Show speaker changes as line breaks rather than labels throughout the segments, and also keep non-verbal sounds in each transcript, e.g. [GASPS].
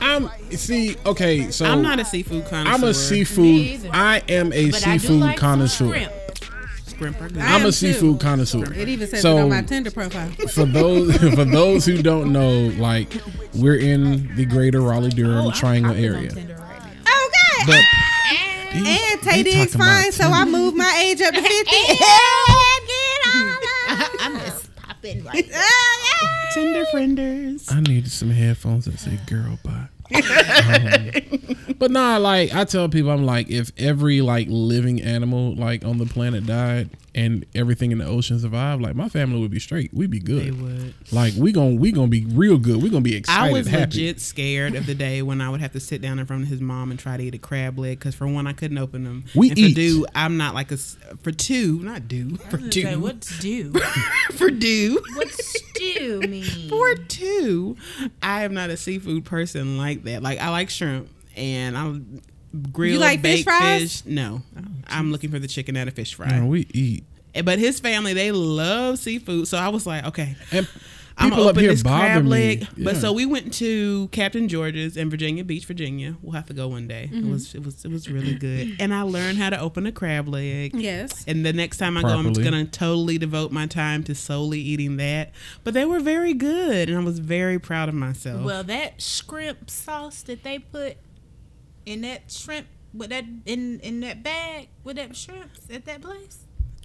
I'm see. Okay, so
I'm not a seafood connoisseur.
I'm a
Me
seafood.
either.
I am a
But I do
seafood
like
connoisseur.
shrimp.
Scrimp, I guess.
I
I'm
am
a
too.
seafood connoisseur.
It even says
So-
it on my Tinder profile.
for those [LAUGHS] for those who don't know, like we're in the greater Raleigh Durham
Oh, I'm
triangle
popping on
area.
Tinder right now.
Okay.
But
And-
and
you
Tay Diggs
talking about
fine, so I moved my age [LAUGHS] up to 50.
[LAUGHS]
[LAUGHS]
I'm just popping right now.
Tinder frienders.
I needed some headphones that say "girl bye." Um, but nah, like I tell people, I'm like, if every like living animal like on the planet died and everything in the ocean survived, like my family would be straight. We'd be good.
They would.
Like we gon' we gonna be real good. We gonna be
I
excited.
was
happy.
legit scared of the day when I would have to sit down in front of his mom and try to eat a crab leg because for one I couldn't open them.
We
and
eat.
For do I'm not like a s- for two not do for
I'm gonna say,
two [LAUGHS]
what's
[LAUGHS]
due?
for do
What's due mean?
for two. I am not a seafood person like that. Like I like shrimp and I'm grilled
You like fish
baked
fries? Oh,
fish. No, I'm looking for the chicken at a fish fry. Eh,
Man, we eat.
But his family they love seafood, so I was like, okay.
And
I'm
people
gonna
up
open
here
this
bother
crab
me.
leg. But
Yeah.
so we went to Captain George's in Virginia Beach, Virginia. We'll have to go one day.
Mm-hmm.
It was it was it was really good. And I learned how to open a crab leg.
Yes.
And the next time I go, I'm
Properly.
gonna totally devote my time to solely eating that. But they were very good, and I was very proud of myself.
Well, that shrimp sauce that they put in that shrimp with that in in that bag with that shrimps at that place.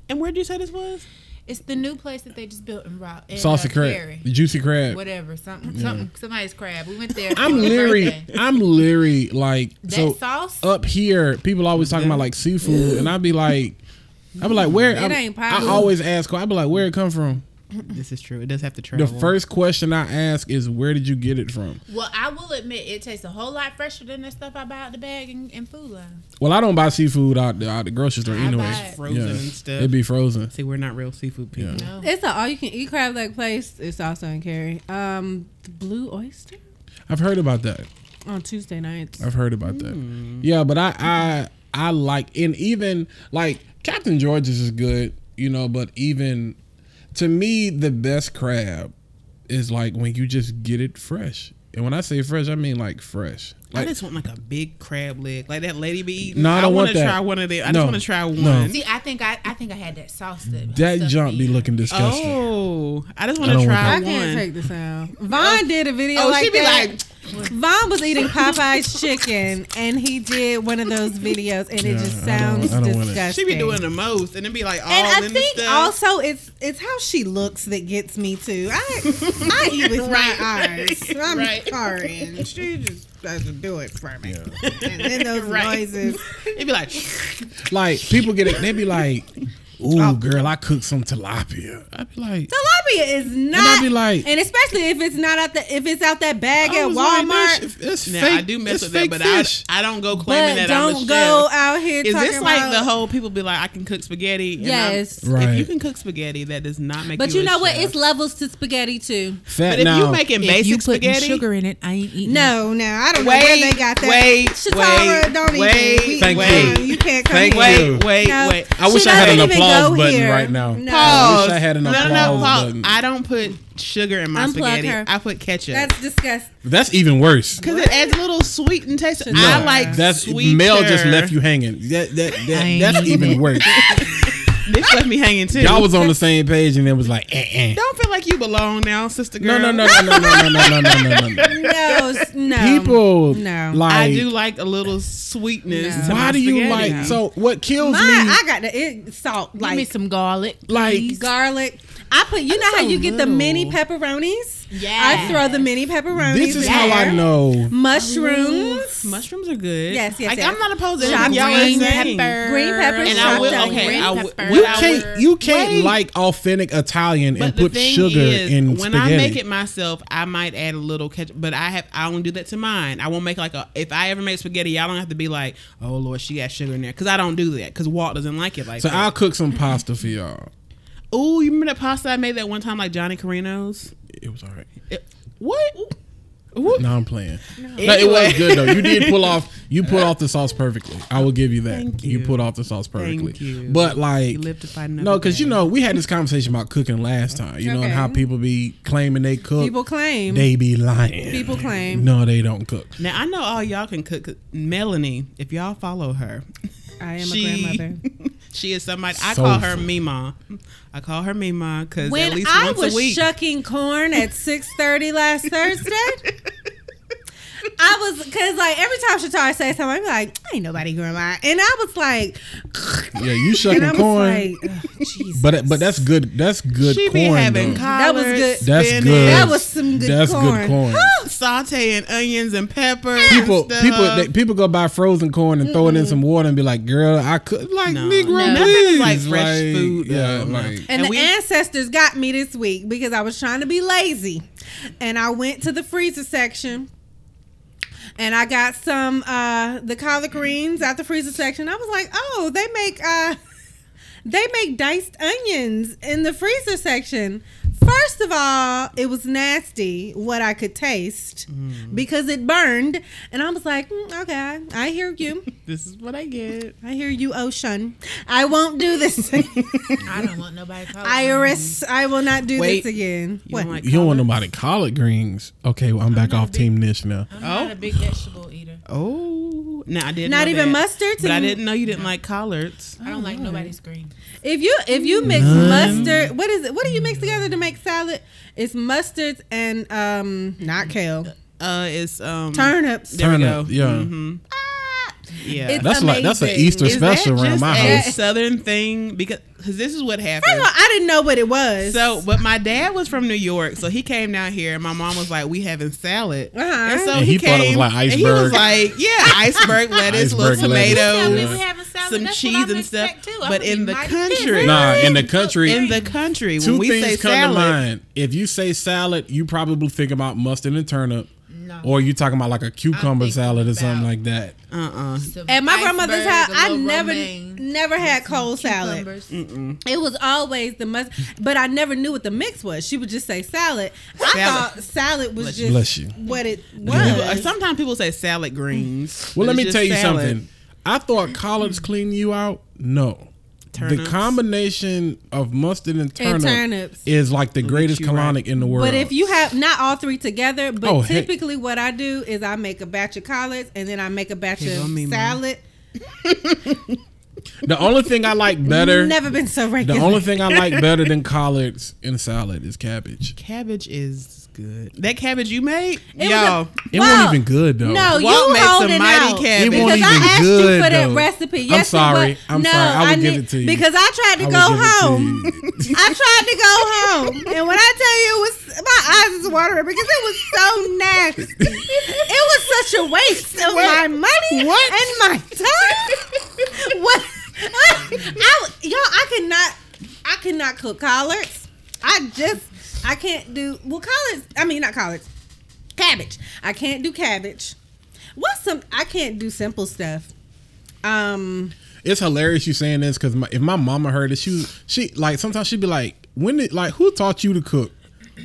and where did you say this was?
It's the new place that they just built in Rock. in,
saucy
uh,
crab,
Cary.
juicy crab.
Whatever, something, something, somebody's crab. We went there.
I'm
for my
leery.
birthday.
I'm leery. Like
That
so uh,
sauce.
up here, people always talking about like seafood, and I'd be like, I'd be like, where? I'm-
ain't
I
popular.
always ask. I'd be like, where it come from?
This is true. It does have to
The
travel.
first question I ask is, where did you get it from?
well, I will admit it tastes a whole lot fresher than the stuff I buy out the bag in, in food line.
Well, I don't buy seafood out the, out the grocery store
I
anyway.
buy it
frozen
Yeah.
and stuff.
It'd be frozen.
See, we're not real seafood people.
No.
It's an all you can eat crab leg place. It's also in Cary. Um, the Blue Oyster
I've heard about that.
on Tuesday nights.
I've heard about that.
Hmm.
Yeah, but I I I like and even like Captain George's is good, you know, but even to me the best crab is like when you just get it fresh. And when I say fresh, I mean like fresh.
I
Like
just want like a big crab leg, like that lady be eating.
No, I don't
wanna
want that.
try one of them. I
No.
just want to try one.
No.
See, I think I, I think I had that sauce. That,
that
stuff
junk be
in.
looking disgusting.
Oh, I just
I
want
don't want
to try
I
that.
one.
can't take
[LAUGHS]
the sound. Vaughn did a video
Oh,
like
she be
that.
like,
Vaughn was
[LAUGHS]
eating Popeye's chicken, and he did one of those videos, and
Yeah,
it just
I don't-
sounds
I don't want it.
disgusting.
she be doing the most, and then be like all
and I
in
think
the stuff.
also it's it's how she looks that gets me too.
[LAUGHS]
I I eat with my eyes. I'm
Right.
sorry, and she just doesn't do it for me.
Yeah.
And
[LAUGHS]
then those
Right.
noises.
It'd be like,
Like people get it they be
[LAUGHS]
like, Ooh, girl, I cooked some tilapia. I'd be like
Tilapia is not.
I be like-
and especially if it's not out the if it's out that bag
I
at
was like,
Walmart.
that shit- it's
now
fake.
I do mess
it's
with
fake
that, but
fish.
I, I don't go claiming
but
that I'm a
don't
chef.
go out here.
Is
talking
this like
about,
the whole people be like, I can cook spaghetti? And I'm-
Yes.
Right.
If you can cook spaghetti, that does not make.
But
you,
you
a
know what?
chef.
It's levels to spaghetti too.
Fat
But if
now.
you making
If
basic
you put
spaghetti,
sugar in it, I ain't eating. it.
No, no, I don't know where
Wait,
they got that.
wait,
Shatara,
wait,
don't
wait,
even. We-
Thank
no,
you.
You can't come
Thank
here.
you.
wait, wait,
No.
wait.
I wish
She
I had an
doesn't even
applause
go
button
here.
right now.
No.
I wish I had an
Oh. No, no,
applause
no, pause.
button.
I don't put sugar in my
Unplug
spaghetti.
her.
I put ketchup.
That's disgusting.
That's even worse.
Because it adds a little sweet and taste.
No,
I like
that's
sweet.
Mel just left you hanging. That, that, that
ain't
that's
eating
even
it.
[LAUGHS]
worse.
This left me hanging too.
Y'all was on the same page and it was like, eh, eh.
Don't feel like you belong now, sister
no, no,
girl.
no, no, no, no, no, no, no, no, no,
[LAUGHS]
no.
No, s- [LAUGHS] no.
People
No.
like.
I do like a little sweetness.
No.
to my
Why do you
spaghetti.
like? So what kills
Mine,
me?
I got the it, salt
Give me
like
some garlic.
like
garlic. I put. You know how you get the mini pepperonis. I
Yes.
throw the mini pepperonis.
this is
in
how I
there.
know.
Mushrooms,
mushrooms are good.
Yes, yes,
Like
yes.
I'm not opposed to anything
Chopped
y'all are
green
saying.
green pepper,
And I will.
chopped up
Okay,
green
I will.
pepper.
You
what I will-
can't. You can't
Wait.
like authentic Italian and
But
put
the thing
sugar
is,
in
when
spaghetti.
I make it myself, I might add a little ketchup. But I have I don't do that to mine. I won't make like a. If I ever make spaghetti, y'all don't have to be like, oh lord, she got sugar in there, because I don't do that. Because Walt doesn't like it like
so I'll
that.
cook some pasta for y'all.
Oh, you remember that pasta I made that one time, like Johnny Carino's?
It was alright.
It- what? Whoop.
No, I'm
[LAUGHS]
playing. No, it was good though. You did pull off. You pulled off the sauce perfectly. I will give you that.
Thank
you.
you.
pulled off the sauce perfectly.
you.
But like,
You live to fight another
no, because you
day.
know we had this conversation about cooking last time. You know, and how
Okay.
people be claiming they cook.
People claim.
they be lying.
People claim.
No, they don't cook.
Now I know all y'all can cook. Melanie, if y'all follow her,
I am
she-
a grandmother.
[LAUGHS] she is somebody. I call her
Soulful.
Mima. I call her Mima because at
When
least
I
once
was
a week. [LAUGHS]
shucking corn at six thirty last Thursday, I was because like every time Shatara says something, I'm like, ain't nobody grandma, and I was like,
Yeah,
[LAUGHS]
you
and I
shucking
was
corn.
like, ugh, Jesus.
but but that's good. That's good
she be
corn.
having
though.
collards,
was good.
That's
spinach,
good.
That was some good
That's
corn.
good corn.
sauteing onions and pepper.
People,
and stuff.
people, they, people go buy frozen corn and throw it in some water and be like, "Girl, I could like
No.
Negro,
No. Nothing
please."
is like fresh food,
Yeah,
though. No.
like
And,
And
the
we-
ancestors got me this week because I was trying to be lazy. And I went to the freezer section and I got some uh the collard greens out the freezer section. I was like, "Oh, they make uh [LAUGHS] they make diced onions in the freezer section." First of all, it was nasty what I could taste
Mm.
because it burned, and I was like, "Mm, "Okay, I hear you.
This is what I get.
I hear you, Ocean. I won't do this." [LAUGHS]
I don't want nobody calling.
IRS, I will not do
Wait.
this again.
You
What?
don't like
You don't want
collards?
nobody collard greens. Okay, well, I'm back
not
off
a
team Nish now.
I'm not
Oh.
a big vegetable eater.
Oh, no, I didn't.
Not
know
even
that.
mustard?
But I
And-
didn't know you didn't like collards.
I don't like nobody's green.
if you if you mix
None.
mustard, what is it? What do you mix together to make salad? It's mustards and um not kale,
Uh, it's um.
turnips.
There we go.
Turnip, yeah.
hmm
Ah,
Yeah.
It's
That's like that's an
amazing.
Easter
Is
Is that
special around
just
my
a
house.
southern thing because cause this is what
First of
happened.
all, I didn't know what it was.
So, but my dad was from New York, so he came down here, and my mom was like, "We having salad,"
Uh-huh.
and so
And
he,
he
came,
thought it was like
and he was
iceberg.
like, "Yeah, iceberg lettuce, little
Iceberg lettuce.
Yeah, we
tomatoes,
Yeah.
were having salad.
some
That's what
cheese
I'm
and stuff."
expect, too. I'm
But
gonna
in
be
the
mighty
country,
pissed.
Nah, in the
Look,
country-
in the country,
Two
when we say
things come to
salad,
mind. If you say salad, you probably think about mustard and turnip,
No.
or you talking about like a cucumber
thinking
salad or something
about-
like that.
uh-uh.
Some
at my
iceberg,
grandmother's
a
house, I
little
never
romaine,
never had cold salad.
cucumbers.
It was always the mustard, but I never knew what the mix was. She would just say salad. I
Salad.
thought salad was
Bless you.
just
Bless you.
what it
People- uh,
was.
sometimes people say salad greens.
Well, let
but it's
me
just
tell you
salad.
something. I thought collards clean you out. No. The
Turnips.
combination of mustard and turnip
turnips.
is like the greatest
you right.
colonic in the world.
But if you have not all three together, but
Oh, hey.
typically what I do is I make a batch of collards and then I make a batch
Here
of
go me, Mom.
salad.
the only thing I like better,
Never been so [LAUGHS]
the
regular.
only thing I like better than collards and salad is cabbage.
Cabbage is good. That cabbage you made,
was
yo,
It
Well,
wasn't even good though.
no, you
Walt made some
holding
mighty
out.
cabbage. It
because
wasn't
I
even
asked you
good,
for that
though.
recipe.
I'm
Yes, it
sorry.
was-
I'm
no,
sorry. I will give
need-
it to you.
because I tried to
I
go
will
home.
give it to you.
I tried to go home, and when I tell you, it was my eyes is watering because it was so nasty. It was such a waste of my money and my time. What? I, y'all, I cannot, I cannot cook collards. I just, I can't do well collards. I mean, not collards, cabbage. I can't do cabbage. What's some? I can't do simple stuff. Um,
it's hilarious you saying this because if my mama heard it, she was, she like sometimes she'd be like, "When did like who taught you to cook?"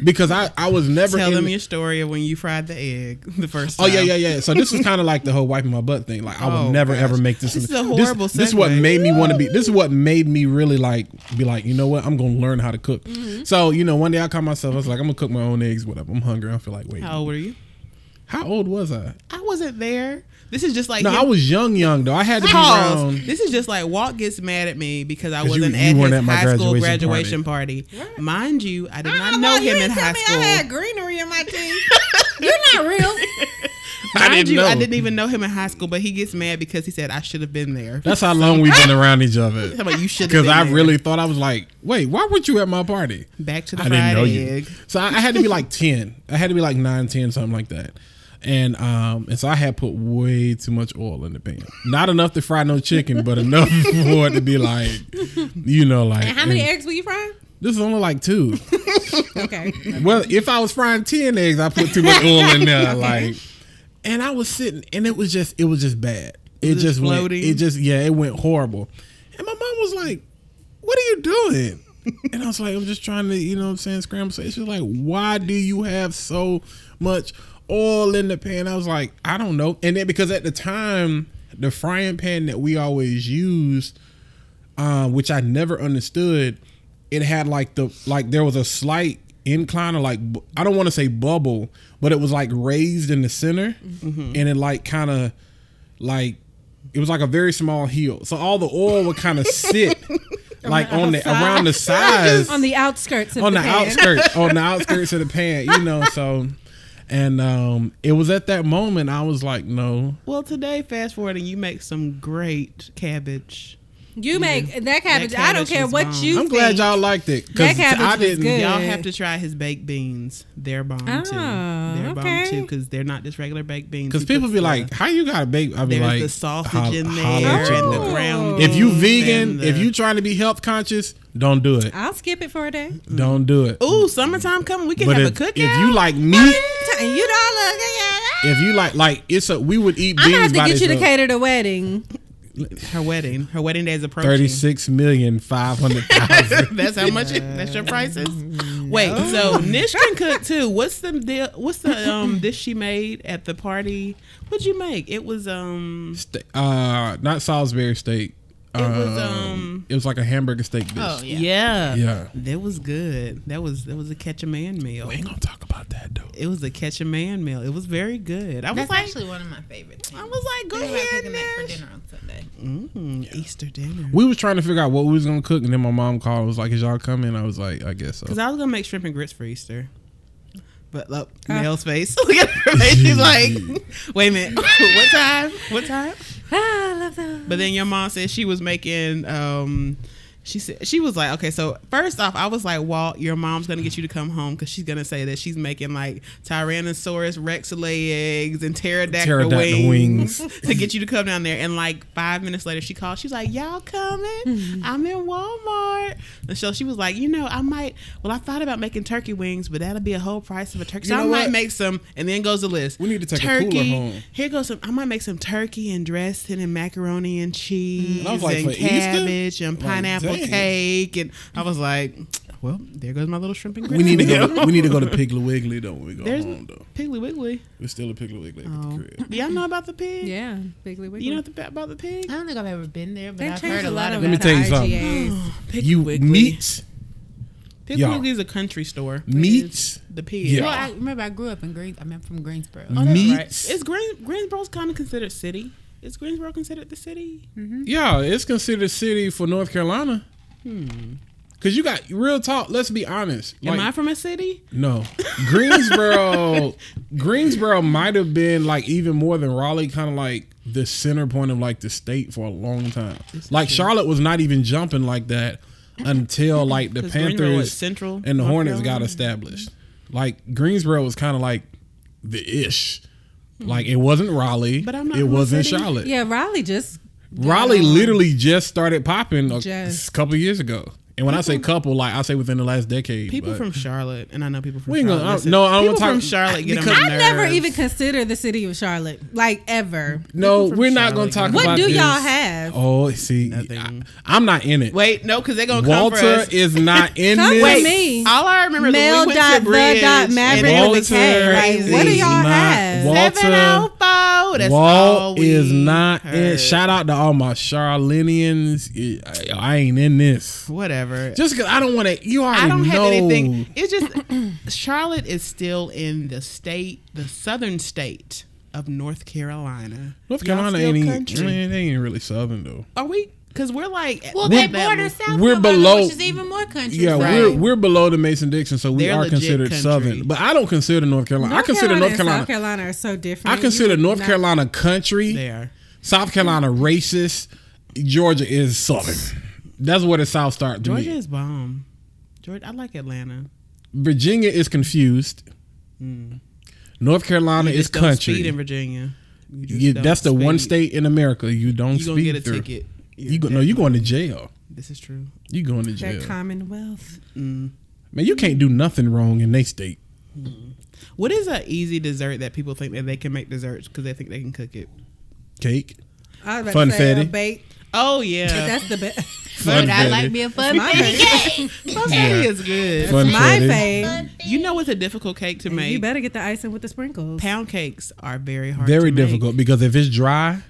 Because I I was never
tell
in
them
the-
your story of when you fried the egg [LAUGHS] the first
Oh
time.
yeah, yeah, yeah. So this is kind of like the whole wiping my butt thing. Like I will
Oh,
never
gosh.
ever make this.
This is a horrible
This, this is what
segue.
made me want to be. This is what made me really like be like. You know what? I'm gonna learn how to cook.
Mm-hmm.
So you know, one day I caught myself. I was like, I'm gonna cook my own eggs. Whatever. I'm hungry. I feel like wait.
How
How,
old were you?
old was I?
I wasn't there. This is just like
No,
him-
I was young, young though. I had to be
Pause.
around.
This is just like Walt gets mad at me because I
'Cause you-
wasn't
you
at his
weren't at my
high school
graduation
graduation party. Mind you, I did not know
Mom, you
him in
didn't tell
high
me
school.
I had greenery in my teeth. You're not real.
[LAUGHS] I
Mind
didn't
you, I
know.
didn't even know him in high school, but he gets mad because he said I should have
[LAUGHS]
been there.
That's how long we've been around each other.
[LAUGHS] How about you should have
Because
been
I
there.
really thought I was like, wait, why weren't you at my party?
back to the
I
fried
didn't know
egg.
you. So I, I had to be like 10. I had to be like 9, 10, something like that. And um, and so I had put way too much oil in the pan. Not enough to fry no chicken, but enough [LAUGHS] for it to be like, you know, like.
And how many
and
eggs were you frying?
This is only like two.
Okay.
well, if I was frying ten eggs, I put too much oil in
[LAUGHS]
there. Like, and I was sitting, and it was just, it was just bad. It
Was it
just went,
floating?
it just, yeah, it went horrible. And my mom was like, "What are you
[LAUGHS]
doing?" And I was like, "I'm just trying to, you know, what I'm saying scramble." So she was like, "Why do you have so much oil in the pan. I was like, I don't know. And then because at the time, the frying pan that we always used, uh, which I never understood, it had like the like there was a slight incline or like bu- I don't want to say bubble, but it was like raised in the center,
Mm-hmm.
and it like kind of like it was like a very small heel. So all the oil would kind of
[LAUGHS]
sit like on the around the sides
on the outskirts of
on the,
the, pan.
outskirts on the outskirts of the pan you know so and um it was at that moment i was like no
Well, today, fast forward, and you make some great cabbage.
You make that cabbage. I don't
cabbage
care
is
what
bomb.
you.
i'm glad
think.
y'all liked it because
That cabbage
i
was
didn't
good.
Y'all
Yeah.
have to try his baked beans. They're bomb too.
Oh,
They're bomb
okay.
too because they're not just regular baked beans.
because
He
people
puts
be
the-
like how you got a bake i be
there's
like
the sausage
ho-
in there
holla at your
and
boy.
the ground.
if you
beef
vegan
and the-
if you trying to be health conscious don't do it
I'll skip it for a day.
don't do it
ooh, summertime coming, we can
but
have
if,
a
if
cookout.
you like meat
Time- You don't look at
if you like like it's a we would eat
I'm gonna
beans
have to
by
get
this
you to
up.
cater the wedding.
her wedding, her wedding day is approaching.
36 million 500,000.
[LAUGHS] that's how much. It, that's your prices. Wait, so Nish can cook too. What's the deal? What's the
[LAUGHS]
um dish she made at the party? What'd you make? It was um.
Ste- uh, not Salisbury steak. It
was, um,
It was like a hamburger steak dish.
Oh yeah.
Yeah.
That was good. That was that was a catch a man meal.
We ain't gonna talk about that though.
It was a catch a man meal. It was very good. I was
That's
like,
actually one of my favorite things.
I was like, go
Think about
ahead,
cooking that for
Nish.
dinner on Sunday.
Mm, Easter dinner.
We was trying to figure out what we was gonna cook, and then my mom called. and Was like, "Is y'all coming?" I was like, "I guess so."
Because I was gonna make shrimp and grits for Easter. But look, Mel's face. [LAUGHS] Look at her face.
[LAUGHS]
She's like, [LAUGHS] wait a minute. what time? What time?
Ah, I love that.
But then your mom said she was making. um she said she was like, okay, so first off, I was like, Walt, your mom's gonna get you to come home because she's gonna say that she's making like Tyrannosaurus Rex legs and pterodactyl,
Pterodactyl
wings,
wings.
[LAUGHS] to get you to come down there. And like five minutes later, she called. She's like, y'all
Mm-hmm.
coming? I'm in Walmart. And so she was like, you know, I might. Well, I thought about making turkey wings, but that'll be a whole price of a turkey. So
You
I
know
might
what?
make some. And then goes the list.
We need to take a cooler
turkey,
home.
here goes some. I might make some turkey and dressing and macaroni and cheese
And
and,
I was like, for Easter?
cabbage and
Like,
pineapple
dang.
cake. And I was like, well, there goes my little shrimp and grits.
we need to [LAUGHS]
meal.
go. we need to go to Piggly Wiggly though. When we go
There's
home though.
[LAUGHS] Piggly Wiggly.
We're still at Piggly Wiggly at the
Oh.
crib.
Do y'all know about the pig?
Yeah, Piggly Wiggly.
You know the, about the pig?
I don't think I've ever been there, but
They
I've
changed
heard a lot
of
Let
about
me
it.
tell you
the
something.
IGAs.
[GASPS] Piggly
You
Wiggly.
meat,
Piggly
y'all.
Wiggly is a country store.
meat,
The pig.
Yeah.
Well, I remember I grew up in Greens. I'm from Greensboro.
Oh,
meat.
Is Green, Greensboro's kind of considered city? Is Greensboro considered the city?
Yeah, it's considered city for North Carolina. Cause you got real talk. Let's be honest.
Hmm. Am
Like,
I from a city?
No,
[LAUGHS]
Greensboro. Greensboro might have been like even more than Raleigh, kind of like the center point of like the state for a long time. Like Charlotte was not even jumping like that
[LAUGHS]
until like the
'Cause Greensboro is
Panthers
central
and the
North
Hornets got
Carolina.
established. Like Greensboro was kind of like the ish. Like it wasn't Raleigh,
Hmm. But I'm not
it
from a
wasn't
city.
[GASPS] Charlotte.
Yeah, Raleigh just.
Raleigh literally just started popping a
Just.
couple years ago. And when I say couple, like I say within the last decade.
People
but-
from Charlotte, and I know people from
We ain't
Charlotte.
gonna- I don't-
listen,
no, I don't
people
wanna
from
talk-
Charlotte get on
because-
my
I never
nerves.
even considered the city of Charlotte, like ever.
No,
from
we're not going
Charlotte.
to talk
What
about
do
this.
y'all have?
Oh, see, I,
Nothing.
am not in it.
Wait, no, because they're gonna come for
Walter
us.
[LAUGHS]
is not in
Come
this.
for
Wait,
me.
all I remember is
Mel
when we went
dot
to
the
Bridge.
dot
and
Maverick
it
Walter
was
with a K. Like, what do
is
y'all
not,
have?
Walter,
704. That's all
Walt
we
is not in.
heard.
Shout out to all my Charlenians. I, I ain't in this.
Whatever.
Just because I don't want to. You already
I don't
know.
have anything. It's just [CLEARS THROAT] Charlotte is still in the state, the southern state of North Carolina.
North
Y'all
Carolina
still
ain't,
country.
even- man, they ain't really southern though.
Are we? Because we're like
Well,
we're
they border South
we're
Carolina,
below-
which is even more country.
Yeah,
Right.
we're we're below the Mason Dixon, so we
They're
are
legit
considered
country.
southern. But I don't consider North Carolina. I consider North
and
Carolina.
South Carolina are so different.
I consider
You
North
cannot-
Carolina country.
there.
South Carolina racist. Georgia is southern. That's where the South starts. to
Georgia
me.
is bomb. Georgia, I like Atlanta.
Virginia is confused. North Carolina
Hmm. You
is
just don't Speed
country.
in Virginia. You just
You-
don't
that's the one
speed.
state in America you don't
you gonna
speed
get a
through.
ticket.
You go, no, you going to jail.
This is true.
You going to
That
jail.
Commonwealth.
Man, you can't do nothing wrong in they state.
What is an easy dessert that people think that they can make desserts because they think they can cook it?
Cake,
I was about to say a
Funfetti.
bait,
Oh
but
yeah,
that's the best.
Fun
But I
Fetty.
like me a fun
My
fatty
[LAUGHS]
cake.
Funfetti is good.
Fun
My
Fetty.
fave.
You know what's a difficult cake to
You
make?
better get the icing with the sprinkles.
Pound cakes are very hard.
Very
to make.
difficult because if it's dry,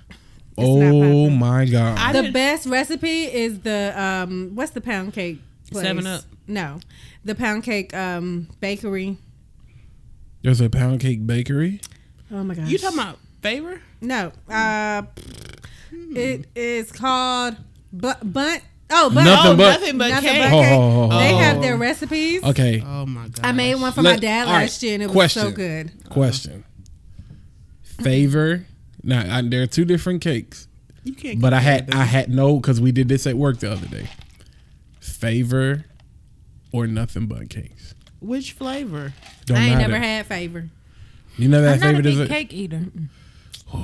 oh
popping.
my god.
I
The
didn't-
best recipe is the um what's the pound cake place?
Seven Up.
No. The pound cake um bakery.
There's a pound cake bakery.
Oh my gosh.
You talking about favor?
No. Uh it is called bu- bunt Oh, bunt.
Nothing
oh,
but-
nothing but
Nothing
cake.
but cake.
Oh, oh, oh,
They
oh.
have their recipes.
Okay,
oh my god!
I made one for
Let-
my dad
all right,
last year and it was so
question.
good.
question.
Uh-huh.
Favor. Now I, there are two different cakes,
You can't.
but I
compare
had
them.
I had no because we did this at work the other day. Favor or nothing but cakes.
which flavor?
Don't
I ain't
matter.
never had favor.
you know that
I'm not
favor
a
does
big
it.
cake eater.
love,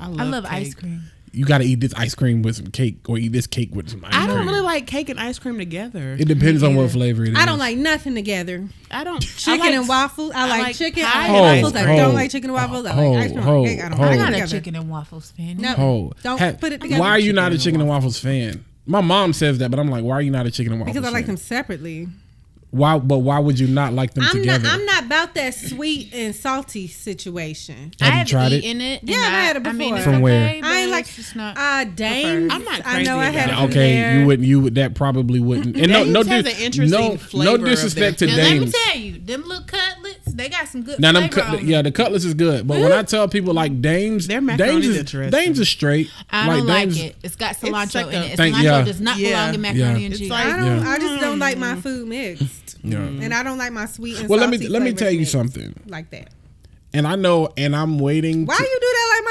I love ice
cake.
cream.
You got to eat this ice cream with some cake, or eat this cake with some ice
I
cream.
don't really like cake and ice cream together.
It depends on what flavor it is.
I don't like nothing together.
I don't
Chicken
I like,
and waffles. I, like,
like
chicken.
pie
I
and
like
ice
waffles. I
cream.
don't like chicken and waffles. I like ice cream.
Ho,
cake. I don't
ho, ho.
like
I'm
it
not a
together.
chicken and waffles fan.
No.
Oh,
Don't
ha-
put it together.
Why are you not a
Chicken
chicken
and
and waffles fan? My mom says that, but I'm like, why are you not a chicken and waffles?
Because I like
fan?
them separately.
Why? But why would you not like them
I'm not,
together?
I'm not about that sweet and salty situation.
Have you
I've
tried it?
eaten it.
Yeah,
and
I've
I-
had it
I mean,
before.
it's
From where?
okay, but
I ain't like
it's just not.
uh Danes.
I'm not
I
crazy
know I had
about
it
it.
okay,
there.
you would. You would. That probably wouldn't. And no,
Dave's
no,
has
dis-
an interesting
no,
flavor
no
of
disrespect to
their-
now, let me
Dames.
tell you, them little cutlets, they got some good
Now them,
flavor
cut-
on
yeah,
them.
the cutlets is good, but when I tell people like Dames,
Their
Dames
macaroni's
is
interesting.
Dames is straight.
I don't like
Dames-
it. It's got cilantro
like
in
a-
it.
Thank-
cilantro
yeah.
does not
Yeah.
belong in macaroni
Yeah.
and
It's
cheese.
like-
I don't
Yeah.
I just don't like
Mm-hmm.
my food mixed.
Yeah.
And I don't like my sweet and
Well, let
Mm-hmm. salty.
me let me
flavors
tell you
mixed
something.
like that.
And I know, and I'm waiting.
Why
to-
you do that like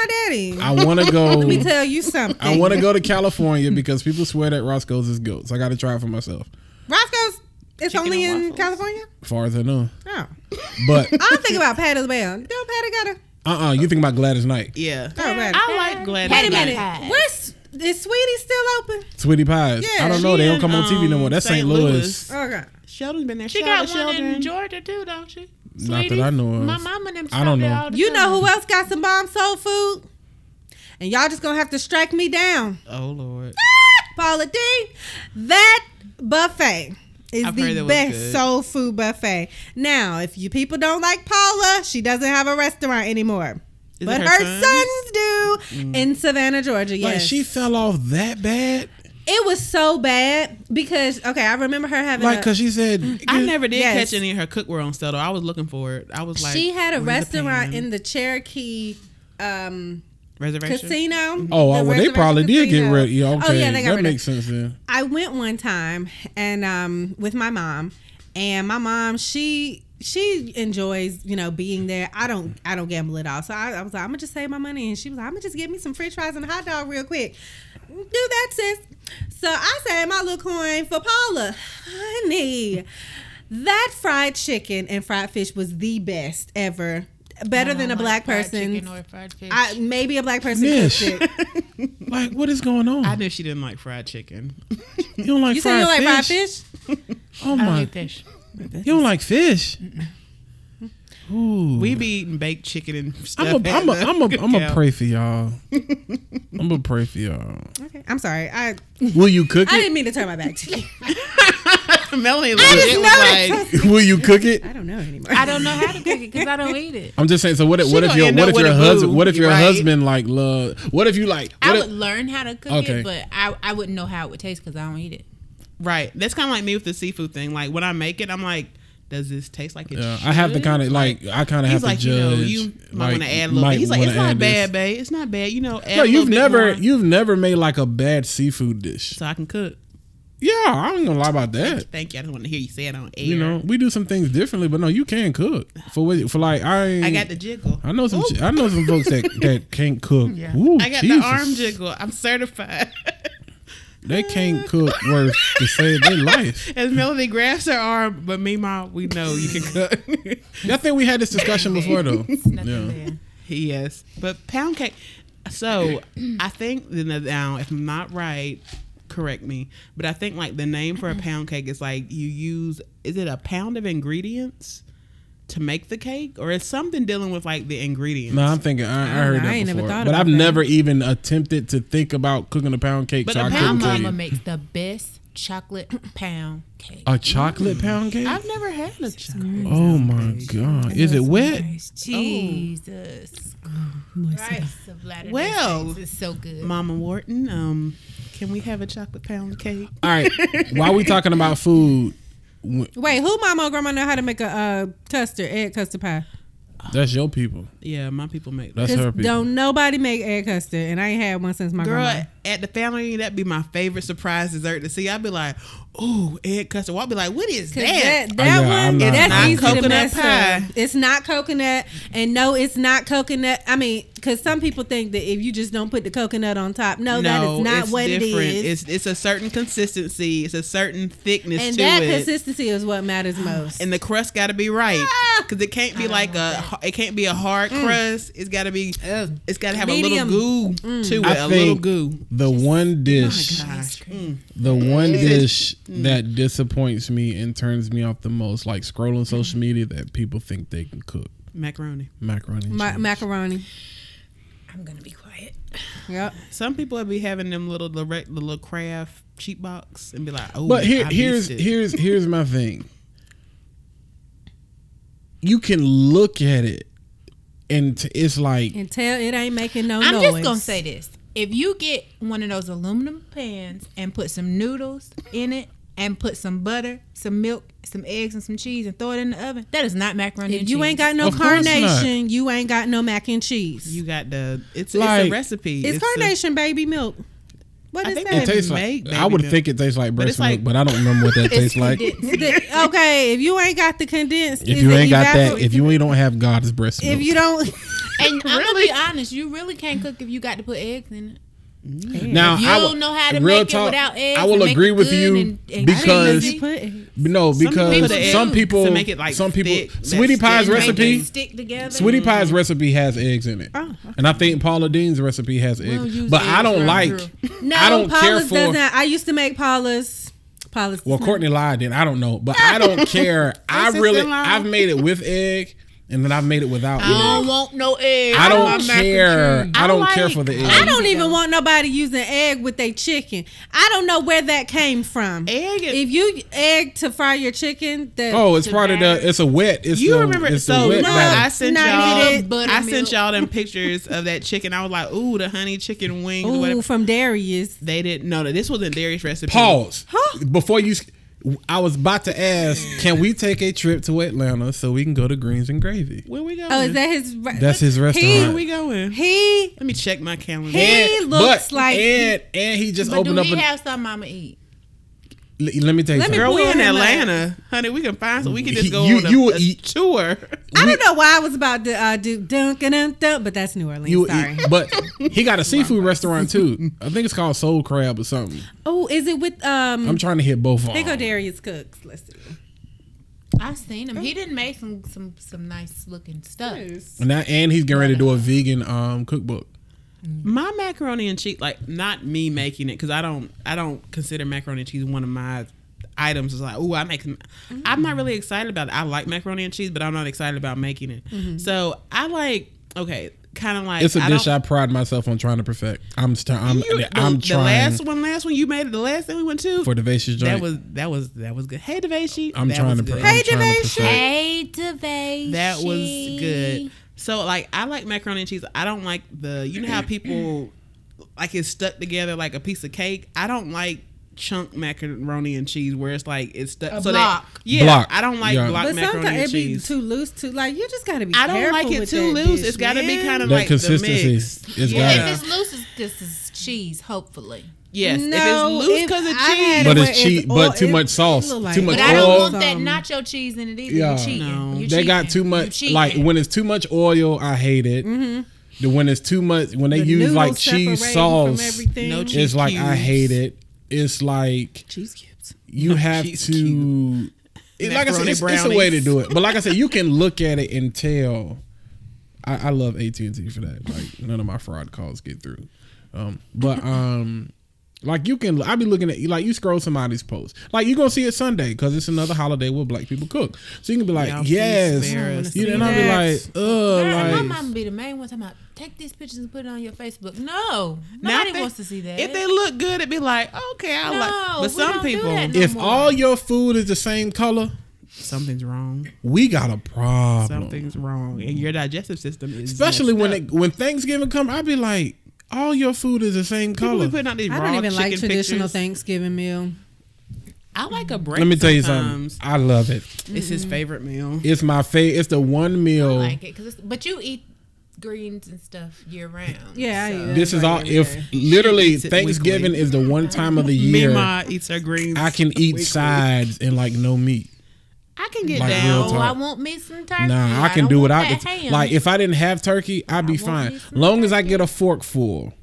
my daddy?
I want to go.
Let me tell you something.
I want to go to California because people swear that Roscoe's is goat. So I got to try it for myself.
Roscoe's it's
Chicken
only
and
in
waffles.
California?
Far as I know,
Oh.
but
I don't think about Pat as well. Don't Patty got a
Uh uh you think about Gladys Knight.
Yeah,
Oh, wait.
I like Gladys.
Wait
Wait a
Knight.
minute.
Pies.
Where's is Sweetie still open?
Sweetie Pies.
Yeah,
I don't know. They
she
don't come on
in,
TV no more.
um,
That's St.
St.
Louis.
Louis.
Oh god.
Sheldon's been there.
She
Shout out
got
to
one
Sheldon.
in Georgia too, don't she?
Not that
Sweeties?
I know of.
My mama them.
I don't
stop there
know.
all the
You
time.
know who else got some bomb soul food? And y'all just gonna have to strike me down.
Oh lord.
Paula D, that buffet is
I've heard
the
that was
best
good.
soul food buffet. Now, if you people don't like Paula, she doesn't have a restaurant anymore.
Is it
but
her
her,
son's? Mm.
sons? do in Savannah, Georgia. Yes.
Like she fell off that bad.
it was so bad because okay, I remember her having
Like
a-
cause she said
I never did
Yes.
catch any of her cookware on sale though. I was looking for it. I was like,
she had a
where's the
restaurant
pan?
in the Cherokee um
reservation.
casino.
Oh, well,
The
they
reservation
probably did get
casino.
rid. Yeah, okay.
Oh yeah, they got
that
rid of
makes sense then.
I went one time and um with my mom and my mom she she enjoys you know being there I don't I don't gamble at all so I, I was like I'm gonna just save my money and she was like I'm gonna just get me some french fries and a hot dog real quick do that sis so I saved my little coin for Paula honey that fried chicken and fried fish was the best ever better
I don't
than a
like
black
fried chicken
person
or fried fish.
I maybe a black person
Mish.
cooked
[LAUGHS]
it.
Like what is going on?
I knew she didn't like fried chicken.
you don't like
you said
fried
you like fried
fish?
fish
Oh
I don't
my!
eat fish.
You don't like fish? Ooh.
We be eating baked chicken and stuff.
I'm a,
at
I'm a,
the
I'm a, I'm a
cookout.
pray for y'all. I'm a pray for y'all.
okay I'm sorry I
[LAUGHS] Will you cook
I
it?
didn't mean to turn my back to
[LAUGHS]
you.
Melanie
just
legit was
[LAUGHS]
noticed.
like,
Will you cook it?
I don't know anymore.
I
[LAUGHS]
don't know how to cook it because I don't eat it.
I'm just saying. So what? If,
She
what if
gonna
your
end
what
up
if
with
your
a
husband
boo,
what if your
right?
husband like love? What if you like?
I
what
would
if-
learn how to cook
Okay.
it, but I, I wouldn't know how it would taste because I don't eat it.
right. That's kind of like me with the seafood thing. Like when I make it, I'm like, does this taste like it?
Yeah, Uh, I have to
should?
kind of like I kind of have
He's
to
like, you know,
judge.
you might
like,
want to add a little
might
bit. He's like,
wanna
it's not
add
bad,
this.
babe. It's not bad. You know, add
No,
a little
you've
bit
never
more
you've never made like a bad seafood dish.
so I can cook.
Yeah, I ain't gonna lie about that.
Thank you. I don't want to hear you say it on air.
You know, we do some things differently, but no, you can cook for what- for like I. ain't-
I got the jiggle.
I know some.
Ooh.
chi- I know some folks
[LAUGHS]
that that can't cook. Ooh,
I got
Jesus.
the arm jiggle. I'm certified. [LAUGHS]
They can't cook worth to save their life.
As Melody grabs her arm, but meanwhile, we know you can cook. [LAUGHS]
I think we had this discussion before though.
Nothing
Yeah.
there.
yes, but pound cake. So I think the now, if I'm not right, correct me. But I think like the name for a pound cake is like you use. Is it a pound of ingredients? to make the cake, or it's something dealing with like the ingredients.
No, I'm thinking I, I heard
I
that
ain't
before,
never thought
but
about
I've
that.
never even attempted to think about cooking a pound cake.
But
so
a
I
My
couldn't
pound
tell
mama
you.
makes the best chocolate pound cake.
A chocolate pound cake?
I've never had a chocolate.
oh my god! Is it wet?
Jesus
Oh,
Christ of Latter-day
Well,
Saints is so good.
Mama Wharton, um, can we have a chocolate pound cake?
All right. While we talking about food, w-
Wait, who mama or grandma know how to make a uh, custard, egg custard pie?
that's your people.
Yeah, my people make that.
That's her
Because
people.
don't nobody make egg custard, and I ain't had one since my grandma.
Girl, at the family reunion, that'd be my favorite surprise dessert to see. I'd be like, "Ooh, egg custard." Well, I'd be like, "What is
'Cause
that?"
That,
Oh,
that
yeah, I'm
one,
not-
that's
Not
easy
coconut
to mess
pie.
up. It's not coconut, and no, it's not coconut. I mean, because some people think that if you just don't put the coconut on top, no, that is not
it's
what
different.
it is.
It's it's a certain consistency. It's a certain thickness
and
to
that
it.
consistency is what matters most.
and the crust got to be right
Ah!
because it can't be like a it can't be a hard crust. It's got to be
Mm. Ugh.
it's got to have
Medium. Mm.
a little goo to it,
I
a little
think-
goo.
The one dish,
Gosh,
the one dish that disappoints me and turns me off the most, like scrolling social media that people think they can cook
macaroni.
macaroni. and
Ma-
cheese.
macaroni.
I'm gonna be quiet.
Yep.
Some people be having them little direct, the little craft cheap box and be like, "Oh,
But here,
I
here's
missed it.
here's here's my thing. You can look at it, and t- it's like
And tell it ain't making Oh, no
I'm
noise.
just gonna say this: if you get one of those aluminum pans and put some noodles in it, and put some butter, some milk, some eggs, and some cheese, and throw it in the oven, that is not macaroni.
If
and
you
cheese.
ain't got no
Of course not.
carnation, you ain't got no mac and cheese.
you got the it's,
Like-
it's a recipe.
it's,
a-
carnation baby milk. What
I
is
think
it
that?
they-
tastes like.
make baby
I would
milk.
think it tastes like breast
it's
milk,
like-
but I don't remember what that tastes like.
[LAUGHS] The- okay, if you ain't got the condensed,
If
is
you
it
ain't got that,
evapor-
if you ain't don't have God's breast milk,
if you don't, [LAUGHS]
And I'm gonna be honest: you really can't cook if you got to put eggs in it.
now
You
I
don't
would-
know how to
real
make it without eggs.
I will
and make
agree
it
with
good
you
and- and
because
cheesy.
no,
people
because
put eggs
some
to
people,
make it, like,
some people,
thick, that
sweetie pie's
skin
Make
recipe.
it stick together.
Sweetie Pie's recipe has eggs in it,
Oh,
and I think Paula Dean's recipe has
don't
eggs.
use
But I
eggs
don't
around
like.
here.
no,
I don't
Paula's
care for.
does not. I used to make Paula's. Paula's.
Well, Courtney lied. Then I don't know, but I don't care. I
Sister
really,
lied.
I've made it with egg, and then I've made it without
I
egg.
don't want no eggs.
I
on my
don't
mac and
care.
cheese.
I don't
I
care
like-
for the
I
egg.
don't even want nobody using egg with their chicken. I don't know where that came from.
Egg is-
If you egg to fry your chicken, the
Oh, it's part of the. It's a wet. It's
You
the,
remember?
It's the
So
wet
remember I
batter.
sent
Not
y'all,
needed.
I sent
Buttermilk.
y'all them pictures of that chicken. I was like, "Ooh, the honey chicken wings." or
ooh
whatever.
from Darius.
They didn't. No, no, this wasn't Darius recipe.
Pause.
Huh?
Before you, s- I was about to ask, can we take a trip to Atlanta so we can go to Greens and Gravy?
Where we going?
Oh, is that his? re-
That's his
Where
restaurant.
we going?
He
Let me check my calendar.
He looks like-
and and he just
But do
opened up.
he
A,
have something I'ma eat?
l- let me tell you
Let me
something.
Girl, we
Where
in
am I?
Atlanta, honey. We can find some. We can just go
You-
on a,
you will
a
eat-
tour.
I don't know why I was about to uh, do dunk and dunk, dunk, but that's New Orleans.
You would
Sorry.
eat, but he got a seafood restaurant too. I think it's called Soul Crab or something.
Oh, is it with um?
I'm trying to hit both of
they go
them.
Darius Cooks. Let's see.
I seen him. He
Oh.
didn't make some some some nice looking stuff.
And, that, and he's getting ready to do a vegan um cookbook.
My macaroni and cheese, like not me making it, because I don't, I don't consider macaroni and cheese one of my items. It's like, oh, I make. some- I'm not really excited about it. I like macaroni and cheese, but I'm not excited about making it. So I like, okay, kind of like
It's a
I
dish
don't-
I pride myself on trying to perfect. I'm st- I'm,
you- the,
I'm
the
trying
last one, last one you made it. The last thing we went to
for the Vacious joint.
that was that was that was good. Hey, Devashi,
I'm
that
trying
was
to.
good.
Pre-
Hey,
I'm trying to
Devashi.
perfect.
Hey, Devashi.
That was good. So like I like macaroni and cheese. I don't like the you know how people like it's stuck together like a piece of cake. I don't like chunk macaroni and cheese where it's like it's stuck
A
so
block.
that yeah
Block.
I don't like
Yeah.
block
But
macaroni
sometimes
and
it be
cheese.
too loose. Too like you just gotta be.
I don't like
careful
it
with
too
that
loose.
dish,
it's got to be
man.
kind of
That
like
consistency.
the mix.
It's
yeah.
gotta-
If it's loose, it's- this is cheese. Hopefully,
yes.
No,
if it's loose
if
because of
I
cheese,
had
But
it
it's
where
cheap- but
all-
too
it-
much
it
sauce,
look
too
like-
much
but I don't
oil.
want that
Um,
nacho cheese in it either.
Yeah.
You cheating.
No.
You
They got
cheating.
too much.
You
Like
cheating.
when it's too much oil, I hate it.
Mm-hmm.
The when it's too much, when they
the
use
noodles
like cheese
separating
sauce,
From everything.
No cheese.
it's like I
cubes.
hate it. It's like
cheese cubes.
[LAUGHS]
you have
cheese
to. It, like I said,
Macaroni
it's, it's a way to
brownies.
do it. But like I said, you can look at it and tell. I, I love AT and T for that. Like none of my fraud calls get through. Um, but um, Like you can, I be looking at like you scroll somebody's post. Like you gonna see it Sunday because it's another holiday where Black people cook. So you can be like,
Y'all please spare
yes,
us.
you know, and I be like,
Yes.
Girl, my
ugh, like
mom be the main one talking about take these pictures and put it on your Facebook. No,
Now, if
nobody
they-
wants to see that.
If they look good, it'd be like, okay, I
No,
like. But
we
some
don't do
people,
that no
if
more.
all your food is the same color,
something's wrong.
we got a problem.
Something's wrong, and your digestive system is
Especially
messed
when
up.
it, when Thanksgiving come, I be like, all your food is the same
people be
color.
putting out these
I
raw
don't even like
chicken
traditional
pictures.
Thanksgiving meal.
I like a break.
Let me tell you
sometimes.
something. I love it.
Mm-hmm.
It's his favorite meal.
It's my favorite. It's the one
I
meal.
like it, 'cause it's, but you eat greens and stuff year round.
Yeah, I eat that
This is
like
all.
every
If
day.
literally
eats it
Thanksgiving
weekly.
is the one time of the
[LAUGHS] Me
year
and Ma eats her greens.
I
[LAUGHS]
can eat
weekly.
sides and like no meat.
I can get
Like real
down.
Oh, I
talk.
want me some turkey.
Nah, I can
don't
do
want
without
that
it.
ham.
Like if I didn't have turkey, I'd be
I want
fine.
me some
Long as I get a forkful.